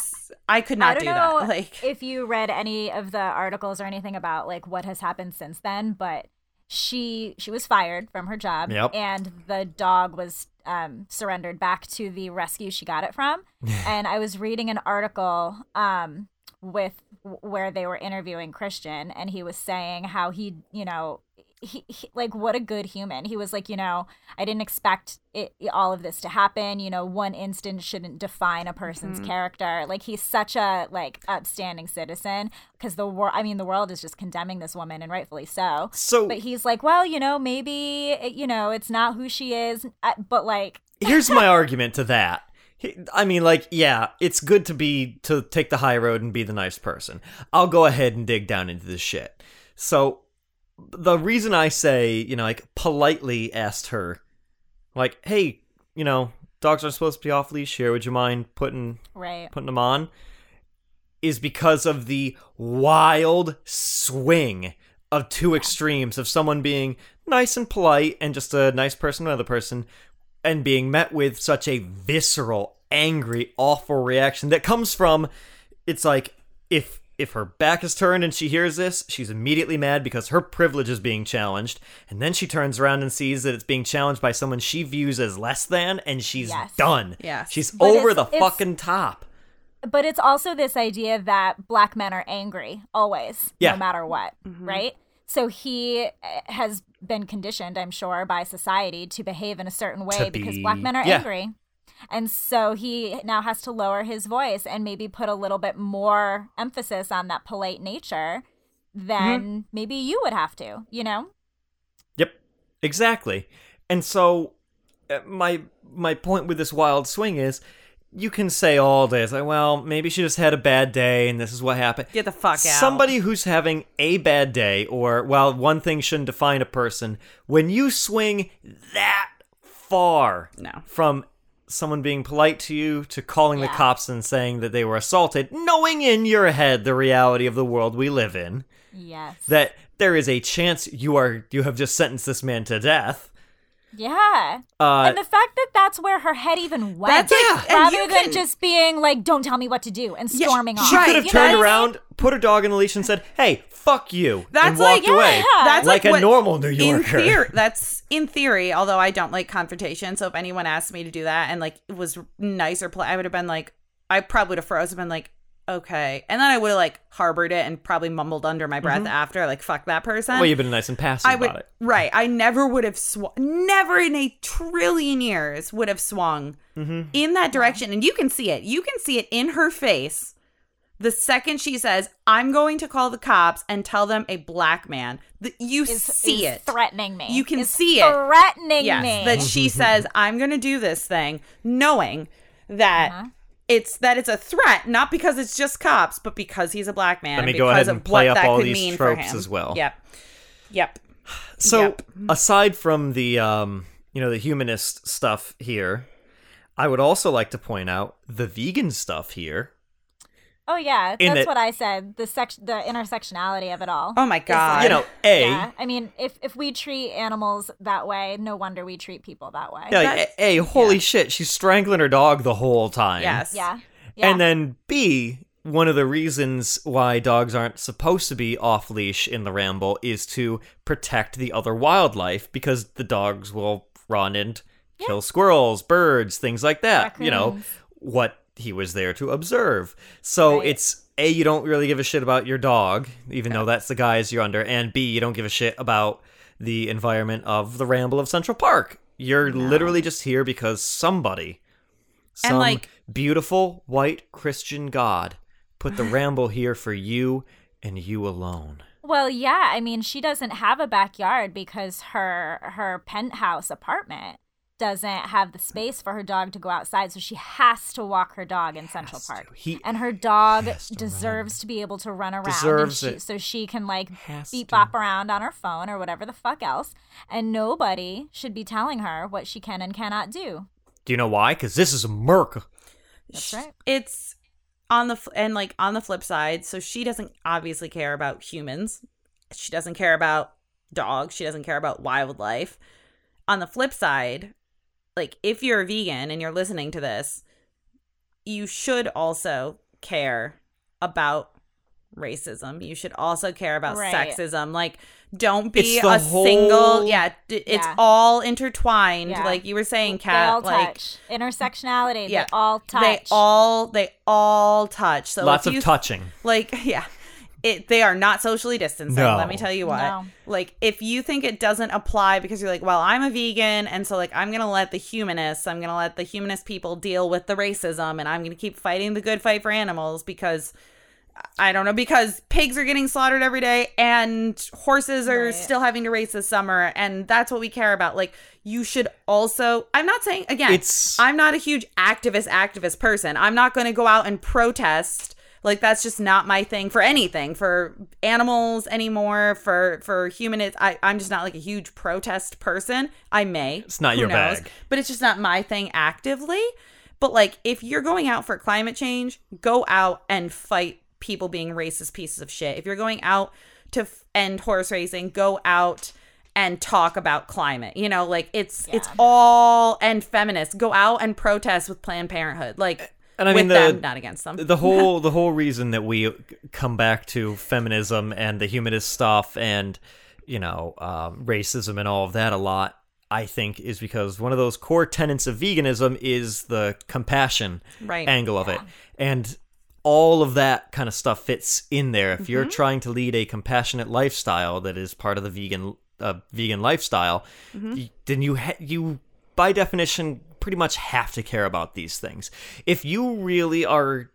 A: I could not
B: I don't
A: do
B: know
A: that. Like
B: if you read any of the articles or anything about like what has happened since then, but she she was fired from her job,
C: Yep.
B: and the dog was um, surrendered back to the rescue she got it from. and I was reading an article um, with where they were interviewing Christian, and he was saying how he, you know, he, he like what a good human. He was like, you know, I didn't expect it, all of this to happen. You know, one instance shouldn't define a person's character. Like he's such a like upstanding citizen because the world. I mean, the world is just condemning this woman, and rightfully so.
C: So
B: But he's like, well, you know, maybe it- you know, it's not who she is, uh, but like,
C: here's my argument to that. He- I mean, like, yeah, it's good to be to take the high road and be the nice person. I'll go ahead and dig down into this shit. So, the reason I say, you know, like, politely asked her, like, hey, you know, dogs are supposed to be off leash here. Would you mind putting
B: right?
C: putting them on is because of the wild swing of two extremes of someone being nice and polite and just a nice person to another person and being met with such a visceral angry awful reaction that comes from it's like if if her back is turned and she hears this she's immediately mad because her privilege is being challenged and then she turns around and sees that it's being challenged by someone she views as less than and she's
B: Yes.
C: done
A: Yes.
C: she's
B: But
C: over
B: it's-
C: the
B: it's-
C: fucking top
B: but it's also this idea that black men are angry always,
C: Yeah.
B: no matter what, right? So he eh, has been conditioned, I'm sure, by society to behave in a certain way
C: To
B: because
C: be-
B: black men are
C: yeah.
B: angry. And so he now has to lower his voice and maybe put a little bit more emphasis on that polite nature than
C: Mm-hmm.
B: maybe you would have to, you know?
C: Yep, exactly. And so, uh, my my point with this wild swing is, you can say all this, like, well, maybe she just had a bad day, and this is what happened.
A: get the fuck out.
C: Somebody who's having a bad day, or well, one thing shouldn't define a person. When you swing that far
A: No.
C: from someone being polite to you to calling the
B: Yeah.
C: cops and saying that they were assaulted, knowing in your head the reality of the world we live in,
B: Yes.
C: that there is a chance you are you have just sentenced this man to death.
B: yeah.
C: Uh,
B: and the fact that that's where her head even went,
A: That's like- Yeah. and you
B: rather than
A: can-
B: just being like, "Don't tell me what to do," and
A: Yeah,
B: storming
A: she
B: off.
C: she could have
B: You know what
C: turned
B: I mean?
C: around, put her dog in the leash, and said, "Hey, fuck you," and
A: That's like-
C: walked away
B: yeah.
A: That's
C: like,
A: like
C: a
A: what-
C: normal New
A: in
C: Yorker.
A: theory, that's in theory. Although I don't like confrontation, so if anyone asked me to do that and like it was nice or polite, I would have been like, I probably would have froze and been like, okay, and then I would have like harbored it and probably mumbled under my breath after, like, fuck that person.
C: Mm-hmm. Well, you've been nice and passive
A: I would
C: about it.
A: right. I never would have swung. Never in a trillion years would have swung
C: Mm-hmm.
A: in that direction. And you can see it. You can see it in her face. The second she says, "I'm going to call the cops and tell them a black man," the, you
B: Is-
A: see
B: is
A: it.
B: threatening me.
A: You can
B: Is
A: see it.
B: Threatening
A: yes,
B: me. Uh-huh.
A: that she says, "I'm going to do this thing," knowing that It's that it's a threat, not because it's just cops, but because he's a black man.
C: Let me
A: and
C: go ahead
A: because
C: and
A: of what
C: play up
A: that
C: all
A: could
C: these
A: mean for
C: tropes
A: him.
C: as well.
A: Yep. Yep.
C: So
A: Yep. Mm-hmm.
C: aside from the um, you know the humanist stuff here, I would also like to point out the vegan stuff here.
B: Oh yeah,
C: In
B: that's
C: it-
B: what I said. The section, the intersectionality of it all.
A: Oh my god.
C: You know, a
B: Yeah, I mean, if if we treat animals that way, no wonder we treat people that way.
C: yeah, like, a holy shit, she's strangling her dog the whole time.
A: Yes.
B: Yeah. Yeah.
C: And then B, one of the reasons why dogs aren't supposed to be off leash in the ramble is to protect the other wildlife because the dogs will run and kill squirrels, birds, things like that. You know,
B: Raccoons.
C: what he was there to observe. So
B: Right.
C: it's A, you don't really give a shit about your dog, even though that's the guys you're under, and B, you don't give a shit about the environment of the ramble of Central Park. You're literally just here because somebody some
A: And, like-
C: beautiful white Christian God put the ramble here for you and you alone.
B: well, yeah. I mean, she doesn't have a backyard because her her penthouse apartment doesn't have the space for her dog to go outside, so she has to walk her dog in Central
C: Has to.
B: Park.
C: He
B: and her dog
C: has to
B: deserves to be able to run around and
C: Deserves
B: she-
C: it.
B: so she can like
C: Has
B: beep
C: to.
B: bop around on her phone or whatever the fuck else and nobody should be telling her what she can and cannot do
C: Do you know why? Because this is America.
B: That's right.
A: It's on the fl- and like on the flip side, so she doesn't obviously care about humans. She doesn't care about dogs. She doesn't care about wildlife. On the flip side, like if you're a vegan and you're listening to this, you should also care about racism. You should also care about
B: Right.
A: sexism. Like don't be
C: It's the
A: a single
C: whole-
A: yeah, d- it's
B: Yeah.
A: all intertwined
B: Yeah.
A: like you were saying
B: they all
A: Kat like
B: touch intersectionality
A: Yeah.
B: they all touch
A: they all they all touch. So if
C: Lots of
A: you,
C: touching.
A: Like yeah, it they are not socially distancing.
C: No.
A: Let me tell you what.
B: No.
A: Like if you think it doesn't apply because you're like, well, I'm a vegan, and so like I'm gonna let the humanists, I'm gonna let the humanist people deal with the racism, and I'm gonna keep fighting the good fight for animals because. I don't know because pigs are getting slaughtered every day and horses are
B: Right.
A: still having to race this summer and that's what we care about like you should also I'm not saying again
C: It's-
A: I'm not a huge activist activist person. I'm not going to go out and protest. Like that's just not my thing for anything for animals anymore for for humanists. I I'm just not like a huge protest person. I may.
C: It's not
A: Who
C: your
A: knows?
C: bag.
A: But it's just not my thing actively. But like if you're going out for climate change, go out and fight people being racist pieces of shit. If you're going out to f- end horse racing, go out and talk about climate. You know, like it's it's all and feminists go out and protest with Planned Parenthood. Like
C: And I
A: with
C: mean, the-
A: them, not against them.
C: the whole the whole reason that we come back to feminism and the humanist stuff and you know um, racism and all of that a lot i think is because one of those core tenets of veganism is the compassion
A: Right.
C: angle of it and all of that kind of stuff fits in there if you're trying to lead a compassionate lifestyle that is part of the vegan uh, vegan lifestyle y- then you ha- you by definition pretty much have to care about these things if you really are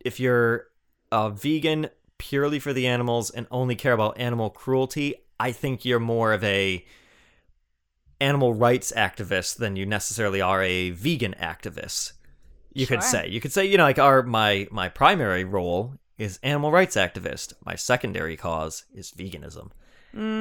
C: if you're a uh, vegan purely for the animals and only care about animal cruelty, I think you're more of a animal rights activist than you necessarily are a vegan activist. You could
B: Sure.
C: say. You could say, you know, like our my my primary role is animal rights activist. My secondary cause is veganism.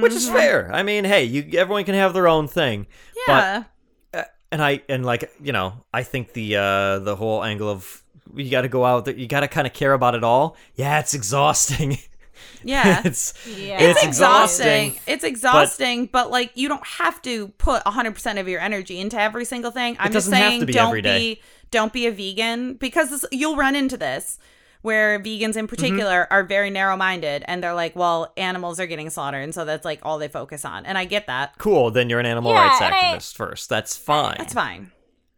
C: Which is fair. I mean, hey, you everyone can have their own thing. But
A: yeah.
C: and I and like you know I think the uh the whole angle of you got to go out there you got to kind of care about it all yeah it's exhausting
A: yeah.
C: it's
B: Yeah.
C: it's
A: It's
C: exhausting,
A: exhausting. It's exhausting, but, like you don't have to put 100% of your energy into every single thing. I'm just
C: doesn't have
A: saying
C: to be
A: don't
C: every day.
A: be don't be a vegan because this, you'll run into this where vegans
C: Mm-hmm.
A: in particular are very narrow-minded and they're like, "Well, animals are getting slaughtered." And so that's like all they focus on. And I get that.
C: cool then you're an animal
B: Yeah,
C: rights
B: and I-
C: activist first that's fine
A: That's fine.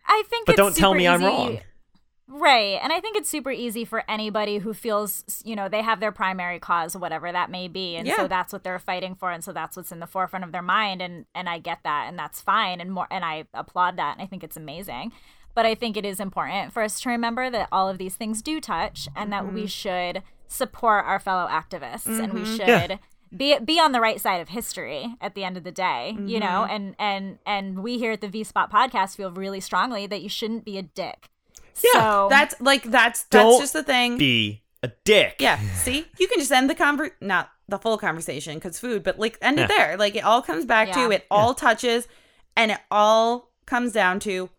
B: i think
C: but
B: it's
C: don't tell
B: super
C: me I'm
B: easy-
C: wrong
B: Right. And I think it's super easy for anybody who feels, you know, they have their primary cause, whatever that may be. And
A: Yeah.
B: so that's what they're fighting for. And so that's what's in the forefront of their mind. And, and I get that. And that's fine. And more, and I applaud that. And I think it's amazing. But I think it is important for us to remember that all of these things do touch and that
A: Mm-hmm.
B: we should support our fellow activists and we should. Be, be on the right side of history at the end of the day,
A: Mm-hmm.
B: you know, and and and we here at the V Spot podcast feel really strongly that you shouldn't be a dick
A: Yeah,
B: So-
A: that's like that's that's
C: Don't
A: just the thing.
C: Be a dick.
A: yeah, see, you can just end the conver not the full conversation because food, but like end it
C: Yeah.
A: there. Like it all comes back
B: Yeah.
A: to it, all touches, and it all comes down to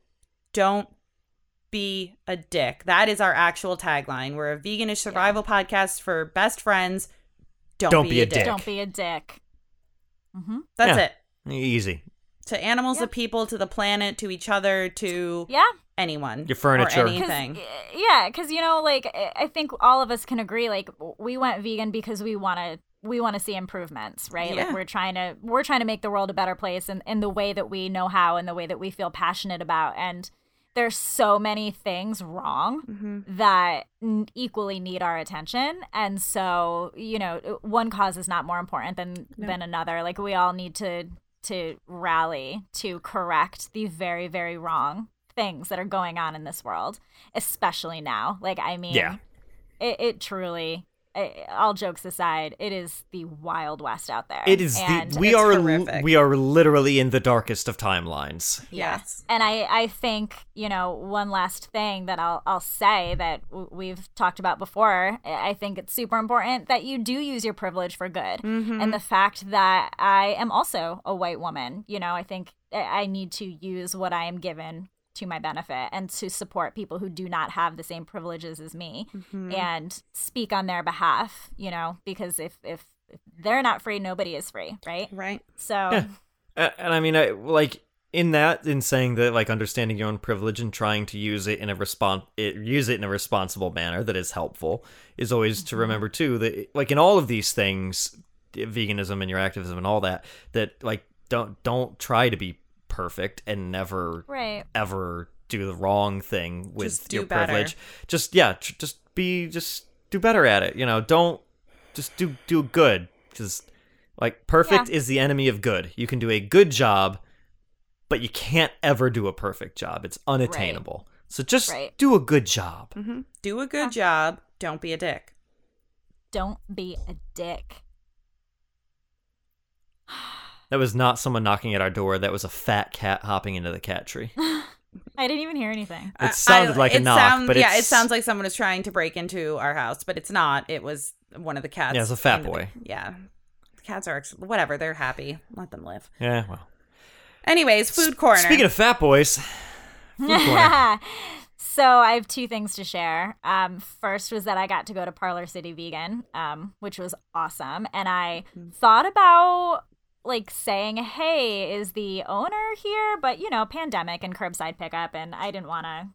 A: don't be a dick. That is our actual tagline. We're a veganish survival podcast for best friends. Don't,
C: Don't
A: be, a dick.
B: Don't be a dick. hmm
A: That's
C: Yeah.
A: it.
C: Easy.
A: To animals,
B: Yeah.
A: to people, to the planet, to each other, to
B: Yeah.
A: anyone,
C: Your furniture.
A: or
C: 'Cause-
B: Cause,
A: anything.
B: y- yeah, because you know, like I I think all of us can agree, like w- we went vegan because we want to we want to see improvements, right?
A: Yeah.
B: Like we're trying to we're trying to make the world a better place, in, in the way that we know how, and the way that we feel passionate about. And there's so many things wrong
A: Mm-hmm.
B: that n- equally need our attention and so you know one cause is not more important than
A: No.
B: than another like we all need to to rally to correct the very very wrong things that are going on in this world especially now like i mean
C: Yeah.
B: it, it truly i all jokes aside it is the wild west out there
C: It is
B: and
C: the we
A: it's
C: are l-
A: horrific.
C: we are literally in the darkest of timelines.
A: Yes.
B: And I, I think, you know, one last thing that I'll, I'll say that w- we've talked about before, I I think it's super important that you do use your privilege for good.
C: Mm-hmm.
A: Mm-hmm.
B: And the fact that I am also a white woman, you know, I think I I need to use what I am given to my benefit and to support people who do not have the same privileges as me
A: Mm-hmm.
C: Mm-hmm.
B: and speak on their behalf, you know, because if, if, if they're not free, nobody is free, right?
A: Right.
B: So,
C: Yeah. A- And I mean, I like in that in saying that like understanding your own privilege and trying to use it in a respon it, use it in a responsible manner that is helpful is always to remember too that like in all of these things, veganism and your activism and all that that like don't don't try to be perfect and never
B: right.
C: ever do the wrong thing with
A: Just do
C: your
A: better.
C: privilege. Just yeah, tr- just be just do better at it. You know, don't just do do good because like perfect is the enemy of good. You can do a good job, but you can't ever do a perfect job. It's unattainable. So just
B: Right.
C: do a good job.
A: Mm-hmm. Do a good job. Don't be a dick.
B: Don't be a dick.
C: That was not someone knocking at our door. That was a fat cat hopping into the cat tree.
B: I didn't even hear anything.
A: I- I-
C: It sounded like a
A: it
C: knock,
A: sound-
C: but
A: yeah, it
C: it's-
A: sounds like someone was trying to break into our house, but it's not. It was one of the cats.
C: Yeah, it's a fat
A: in the-
C: boy.
A: yeah, cats are ex- whatever. They're happy. Let them live.
C: Yeah, well.
A: Anyways, food corner.
C: Speaking of fat boys, food corner.
B: so I have two things to share. Um, first was that I got to go to Parlor City Vegan, um, which was awesome, and I
C: Mm-hmm.
B: thought about like saying, "Hey, is the owner here?" But you know, pandemic and curbside pickup, and I didn't want to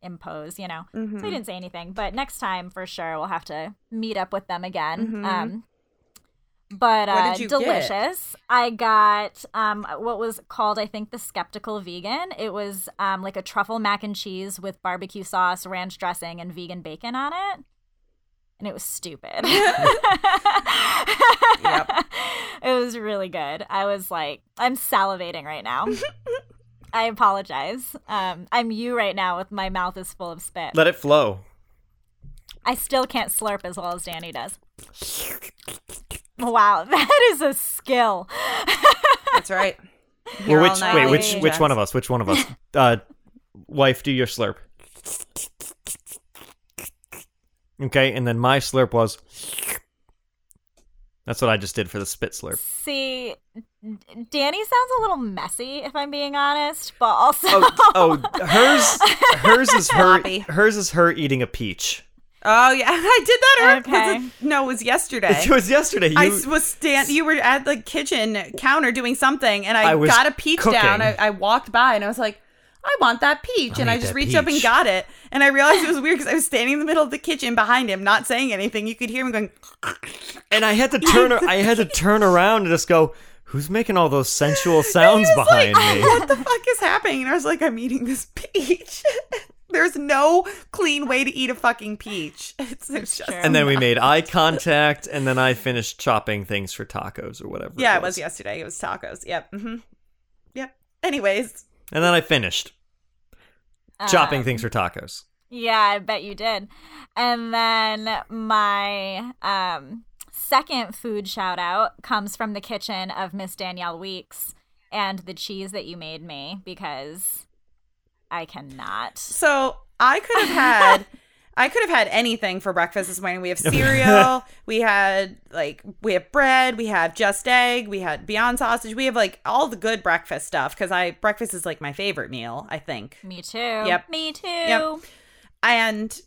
B: impose, you know. So
A: Mm-hmm,
B: I didn't say anything, but next time for sure we'll have to meet up with them again.
A: Mhm.
B: Um, but
A: What
B: uh,
A: did you get?
B: delicious. I got um, what was called, I think, the skeptical vegan. It was um, like a truffle mac and cheese with barbecue sauce, ranch dressing, and vegan bacon on it. And it was stupid.
A: Yep.
B: It was really good. I was like, I'm salivating right now. I apologize. Um, I'm you right now with my mouth is full of spit.
C: let it flow.
B: I still can't slurp as well as Danny does. Wow, that is a skill.
A: that's right.
C: Well,
A: You're all
C: which
A: nice.
C: wait, which
B: Jacks.
C: which one of us? Which one of us? Uh, wife, do your slurp. Okay, and then my slurp was. That's what I just did for the spit slurp.
B: See, D- Danny sounds a little messy, if I'm being honest, but also.
C: Oh, oh hers, hers is her,
A: Sloppy.
C: hers is her eating a peach.
A: Oh yeah, I did that. earlier.
B: Okay.
A: No, it was yesterday.
C: It was yesterday. You,
A: I s- was stand. You were at the kitchen counter doing something, and I,
C: I was
A: got a peach
C: cooking.
A: down. I, I walked by, and I was like, "I want that peach," and
C: need
A: I just
C: that
A: reached up and
C: peach.
A: got it. And I realized it was weird because I was standing in the middle of the kitchen behind him, not saying anything. You could hear him going,
C: and I had to turn. ar- I had to turn around and just go. Who's making all those sensual sounds behind me?
A: "What the fuck is happening?" And I was like, "I'm eating this peach." There's no clean way to eat a fucking peach. It's, it's just
B: true.
C: And then we made eye contact, and then I finished chopping things for tacos or whatever.
A: yeah, it was yesterday. It was tacos. Yep. hmm Yep. Anyways,
C: And then I finished
B: Ah.
C: chopping things for
B: uh,
C: tacos.
B: Yeah, I bet you did. And then my um, second food shout out comes from the kitchen of Miss Danielle Weeks and the cheese that you made me because I cannot.
A: so I could have had I could have had anything for breakfast this morning. We have cereal, we had like we have bread, we have just egg, we had beyond sausage. We have like all the good breakfast stuff cuz I breakfast is like my favorite meal, I think.
B: Me too.
A: Yep.
B: Me too.
A: And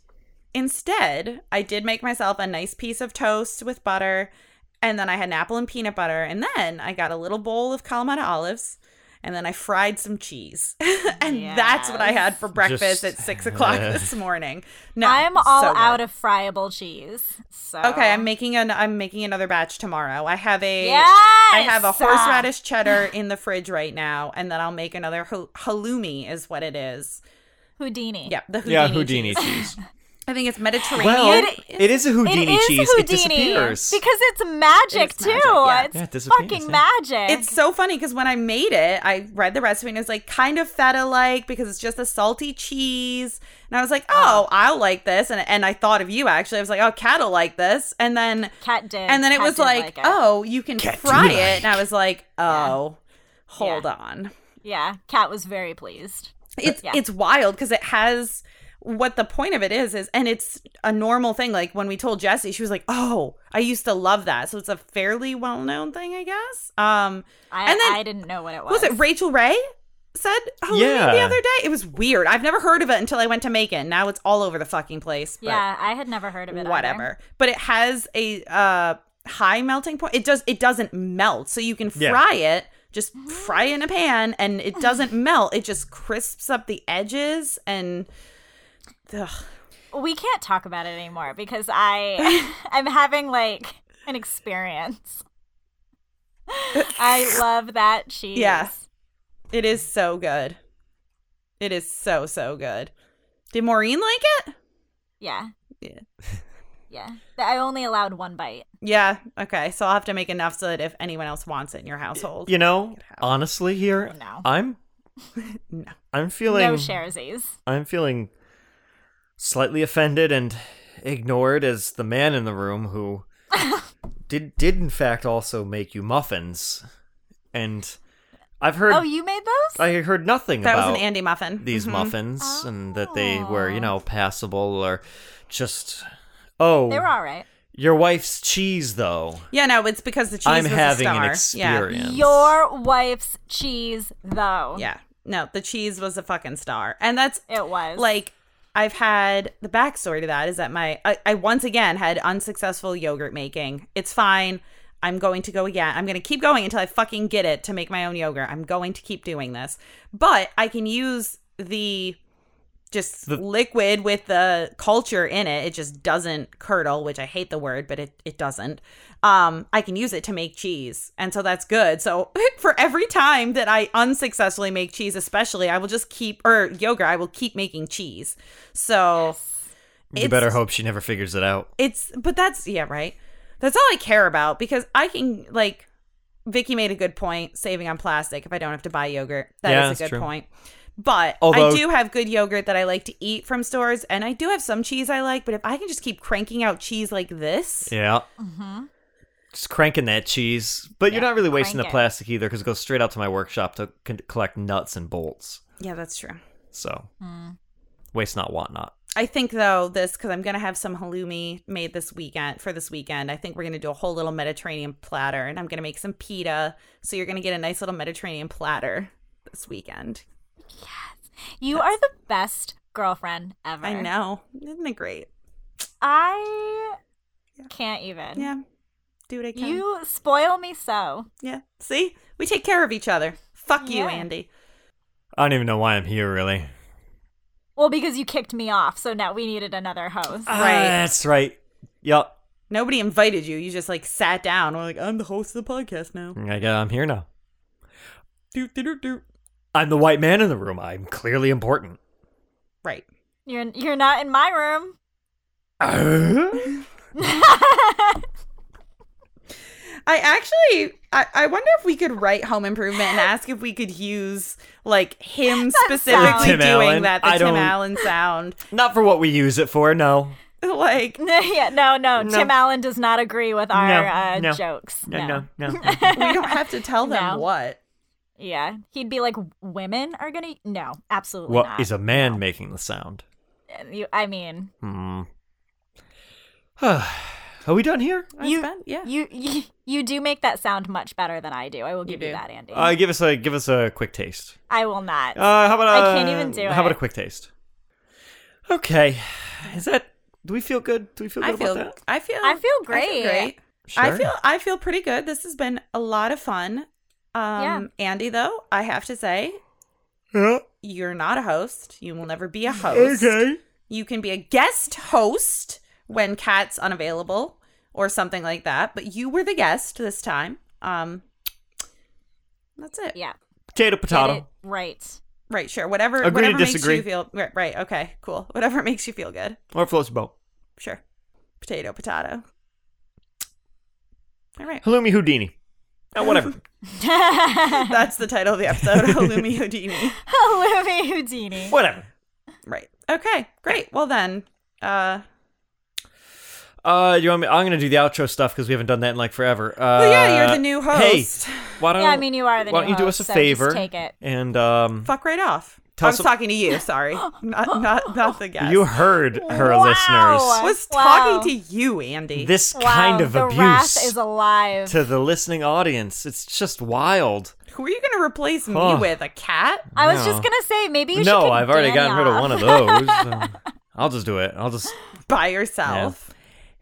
A: instead, I did make myself a nice piece of toast with butter. And then I had an apple and peanut butter. And then I got a little bowl of Kalamata olives. And then I fried some cheese. and that's what I had for breakfast
C: Just-
A: at six o'clock this morning. No,
B: I'm all
A: so good.
B: out of friable cheese. So
A: Okay, I'm making an I'm making another batch tomorrow. I have a I
B: Yes!
A: have a horseradish cheddar in the fridge right now, and then I'll make another hal- halloumi is what it is.
B: Houdini.
A: Yep, the Houdini.
C: yeah, Houdini
A: cheese.
C: cheese.
A: I think it's Mediterranean.
C: well,
B: It-
C: it is a Houdini
B: it is
C: cheese.
B: Houdini
C: It disappears.
B: because it's
A: It
B: magic
A: is
B: too.
A: magic, yeah.
B: It's
C: Yeah, it disappears,
B: fucking
C: yeah.
B: magic.
A: It's so funny because when I made it, I read the recipe and it was like kind of feta like because it's just a salty cheese. And I was like, oh, I'll like this. And, and I thought of you actually. I was like, oh, Cat will like this. And then
B: cat did.
A: and then it
B: Cat
A: was
B: did
A: like,
B: it.
A: oh, you can
C: Cat do
A: fry
C: like.
A: it. And I was like, oh, hold
B: Yeah.
A: on.
B: yeah, cat was very pleased.
A: It's
B: Yeah.
A: it's wild because it has what the point of it is is and it's a normal thing. Like when we told Jessie, she was like, oh, I used to love that. So it's a fairly well known thing, I guess. Um.
B: I,
A: And then-
B: I didn't know what it was.
A: was it Rachel Ray said halloumi the
C: Yeah.
A: other day? It was weird. I've never heard of it until I went to Macon. Now it's all over the fucking place. But
B: yeah, I had never heard of it. either.
A: whatever. But it has a uh, high melting point. It does. It doesn't melt, so you can
C: Yeah.
A: fry it. Just fry it in a pan, and it doesn't melt. It just crisps up the edges, and ugh.
B: We can't talk about it anymore because I I'm having like an experience. I love that cheese.
A: Yeah. it is so good. It is so so good. Did Maureen like it?
B: Yeah.
A: Yeah.
B: Yeah. Th- I only allowed one bite.
A: Yeah. Okay. So I'll have to make enough so that if anyone else wants it in your household,
C: you know, honestly, here
B: No.
C: I'm,
A: No.
C: I'm feeling
B: no sharesies.
C: I'm feeling slightly offended and ignored as the man in the room who did did in fact also make you muffins, and I've heard
B: Oh, you made those?
C: I heard nothing
A: that was
C: about
A: an Andy muffin. Mm-hmm.
C: these muffins and that they were
A: Oh.
C: you know passable or just oh
B: They were all right.
C: your wife's cheese though.
A: Yeah, no, it's because the cheese
C: I'm
A: was
C: having
A: a star.
C: an
A: Yeah.
C: experience.
B: Your wife's cheese, though.
A: Yeah. No, the cheese was a fucking star. And that's
B: It was.
A: like I've had the backstory to that is that my I, I once again had unsuccessful yogurt making. It's fine. I'm going to go again. I'm going to keep going until I fucking get it to make my own yogurt. I'm going to keep doing this. But I can use the just liquid with the culture in it. It just doesn't curdle, which I hate the word, but it, it doesn't. Um, I can use it to make cheese. And so that's good. So for every time that I unsuccessfully make cheese, especially, I will just keep, or yogurt, I will keep making cheese. So
C: you
A: it's-
C: better hope she never figures it out.
A: it's but that's yeah right that's all i care about because i can like vicky made a good point saving on plastic if i don't have to buy yogurt that is
C: Yeah,
A: a
C: that's
A: good
C: true.
A: point but i
C: Although-
A: do have good yogurt that i like to eat from stores and i do have some cheese i like but if i can just keep cranking out cheese like this
C: Yeah.
A: Mm-hmm.
C: Just cranking that cheese, but you're not really wasting the
B: crank it.
C: plastic either because it goes straight out to my workshop to con- collect nuts and bolts.
A: yeah that's true
C: So
B: Hmm.
C: waste not, want not.
A: I think though this because I'm gonna have some halloumi made this weekend for this weekend. I think we're gonna do a whole little Mediterranean platter, and I'm gonna make some pita. So you're gonna get a nice little Mediterranean platter this weekend.
B: you are the best girlfriend ever.
A: I know, isn't it great?
B: I can't even.
A: Yeah. Do what I can.
B: You spoil me so.
A: yeah. See? We take care of each other. Fuck you,
B: Yeah.
A: Andy.
C: I don't even know why I'm here, really.
B: Well, because you kicked me off, so now we needed another host.
C: Uh.
A: Right.
C: Ah, that's right. Yep.
A: Nobody invited you. You just like sat down. We're like, I'm the host of the podcast now.
C: I guess I'm here now. Doo, doo, doo, doo. I'm the white man in the room. I'm clearly important.
A: Right.
B: You're you're not in my room.
A: I actually I, I wonder if we could write home improvement and ask if we could use like him
B: sound.
A: specifically
C: Tim
A: doing
C: Allen.
A: that, the
C: I
A: Tim
C: don't-
A: Allen sound.
C: Not for what we use it for, no.
A: Like
B: no, yeah, no, no,
C: No.
B: Tim Allen does not agree with our
C: No,
B: uh,
C: no,
B: jokes.
C: No,
B: No.
C: no, no.
A: we don't have to tell them
B: No.
A: what.
B: Yeah, he'd be like, "Women are gonna no, absolutely
C: what
B: not."
C: is a man making the sound?
B: You, I mean,
C: Hmm. Are we done here?
A: That's
B: You-
A: bad. yeah.
B: you, you you do make that sound much better than I do. I will
A: You
B: give you,
A: do.
B: that, Andy.
C: Uh, give us a give us a quick taste.
B: I will not.
C: Uh, how about I
B: I can't even do
C: How about
B: it.
C: a quick taste? Okay, is that? Do we feel good? Do we feel good
A: I feel,
C: about that?
A: I feel,
B: I feel great.
A: great. I feel, I feel pretty good. This has been a lot of fun. Um, Andy, though, I have to say,
C: Sure.
A: you're not a host. You will never be a
C: Yeah.
A: host.
C: Okay.
A: You can be a guest host when Kat's unavailable or something like that. But you were the guest this time. Um, that's it.
B: yeah,
C: Potato,
B: get
C: potato.
B: it right.
A: Right. Sure. Whatever.
C: Agree to
A: whatever
C: disagree.
A: makes you feel right, right. Okay. Cool. Whatever makes you feel good.
C: Or floats your boat.
A: Sure. Potato. Potato. All right.
C: Halloumi Houdini. Uh, whatever.
A: That's the title of the episode. Halloumi Houdini.
B: Olivia Houdini.
C: whatever.
A: Right. Okay. Great. Well then. Uh.
C: Uh, you want me? I'm gonna do the outro stuff because we haven't done that in like forever. Uh,
A: Well, yeah. You're the new host.
C: Hey, why don't?
B: Yeah, I mean you are the
C: Uh, why
B: new
C: don't you do
B: host,
C: us
B: so
C: a
B: just
C: favor?
B: take it.
C: And um,
A: Fuck right off.
C: Tell
A: I
C: us
A: was
C: a-
A: talking to you. Sorry. Not not not the guest.
C: you heard her,
B: Wow.
A: I
C: listeners.
A: was
B: Wow.
A: talking to you, Andy.
C: This
B: Wow,
C: kind of
B: the
C: abuse
B: wrath is alive.
C: to the listening audience. It's just wild.
A: Who are you going to replace me
C: Huh.
A: with? A cat?
B: I was
C: No.
B: just gonna say maybe you should.
C: no,
B: kick
C: I've already
B: Danny
C: gotten rid of
B: off.
C: one of those. so I'll just do it. I'll just.
A: By yourself?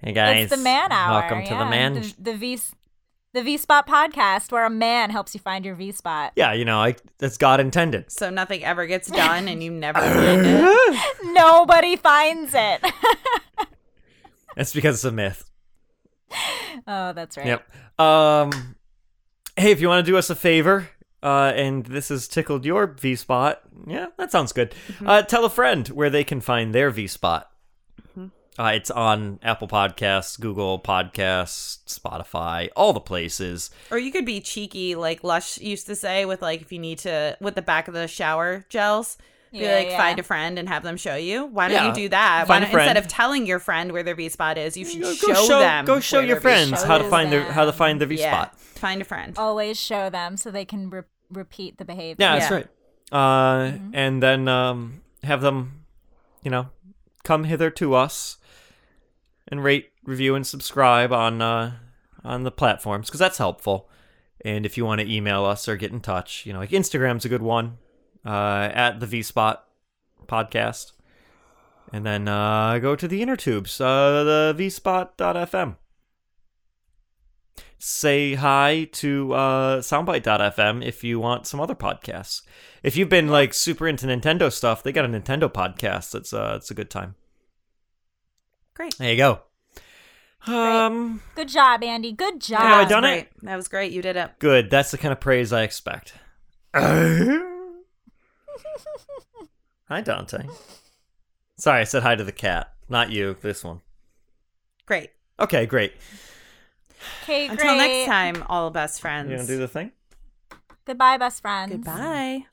C: Hey guys,
B: It's the man hour.
C: Welcome to
B: yeah.
C: the man.
B: The, the V, the V Spot podcast, where a man helps you find your V Spot.
C: yeah, you know, I, that's God intended.
A: So nothing ever gets done, and you never. find it.
B: Nobody finds it.
C: That's because it's a myth.
B: oh, that's right.
C: Yep. Um, hey, if you want to do us a favor, uh, and this has tickled your V spot, yeah, that sounds good.
A: Mm-hmm.
C: Uh, tell a friend where they can find their V spot.
A: Mm-hmm.
C: Uh, it's on Apple Podcasts, Google Podcasts, Spotify, all the places.
A: Or you could be cheeky, like Lush used to say, with like if you need to with the back of the shower gels. Be
B: Yeah,
A: like
B: yeah.
A: find a friend and have them show you. Why don't
C: Yeah.
A: you do that?
C: Find a
A: Why don't, instead
C: friend.
A: of telling your friend where their V spot is, you should
C: Go
A: show, them.
C: Go show
A: where
C: your
A: their V
C: friends
A: spot
C: how to
B: Show
C: find their how to
B: them.
C: find the V
A: is. Yeah,
C: spot.
A: Find a friend.
B: Always show them so they can re- repeat the behavior.
C: Yeah, that's
A: Yeah.
C: right. Uh, And then um, have them, you know, come hither to us and rate, review, and subscribe on uh, on the platforms because that's helpful. And if you want to email us or get in touch, you know, like Instagram's a good one uh, at the V Spot podcast. And then uh, go to the inner tubes, uh, the vspot.fm. Say hi to uh, soundbite.fm if you want some other podcasts. If you've been like super into Nintendo stuff, they got a Nintendo podcast. It's uh, it's a good time.
A: Great.
C: There you go. Um,
B: Good job, Andy. Good job.
C: Have I
A: That was
C: done it?
A: great. That was great. You did it.
C: good. That's the kind of praise I expect. hi, Dante. Sorry, I said hi to the cat, not you. This one.
A: Great.
C: Okay, great.
B: Okay, great.
A: Until next time, all best friends.
C: You gonna do the thing?
B: Goodbye, best friends.
A: Goodbye.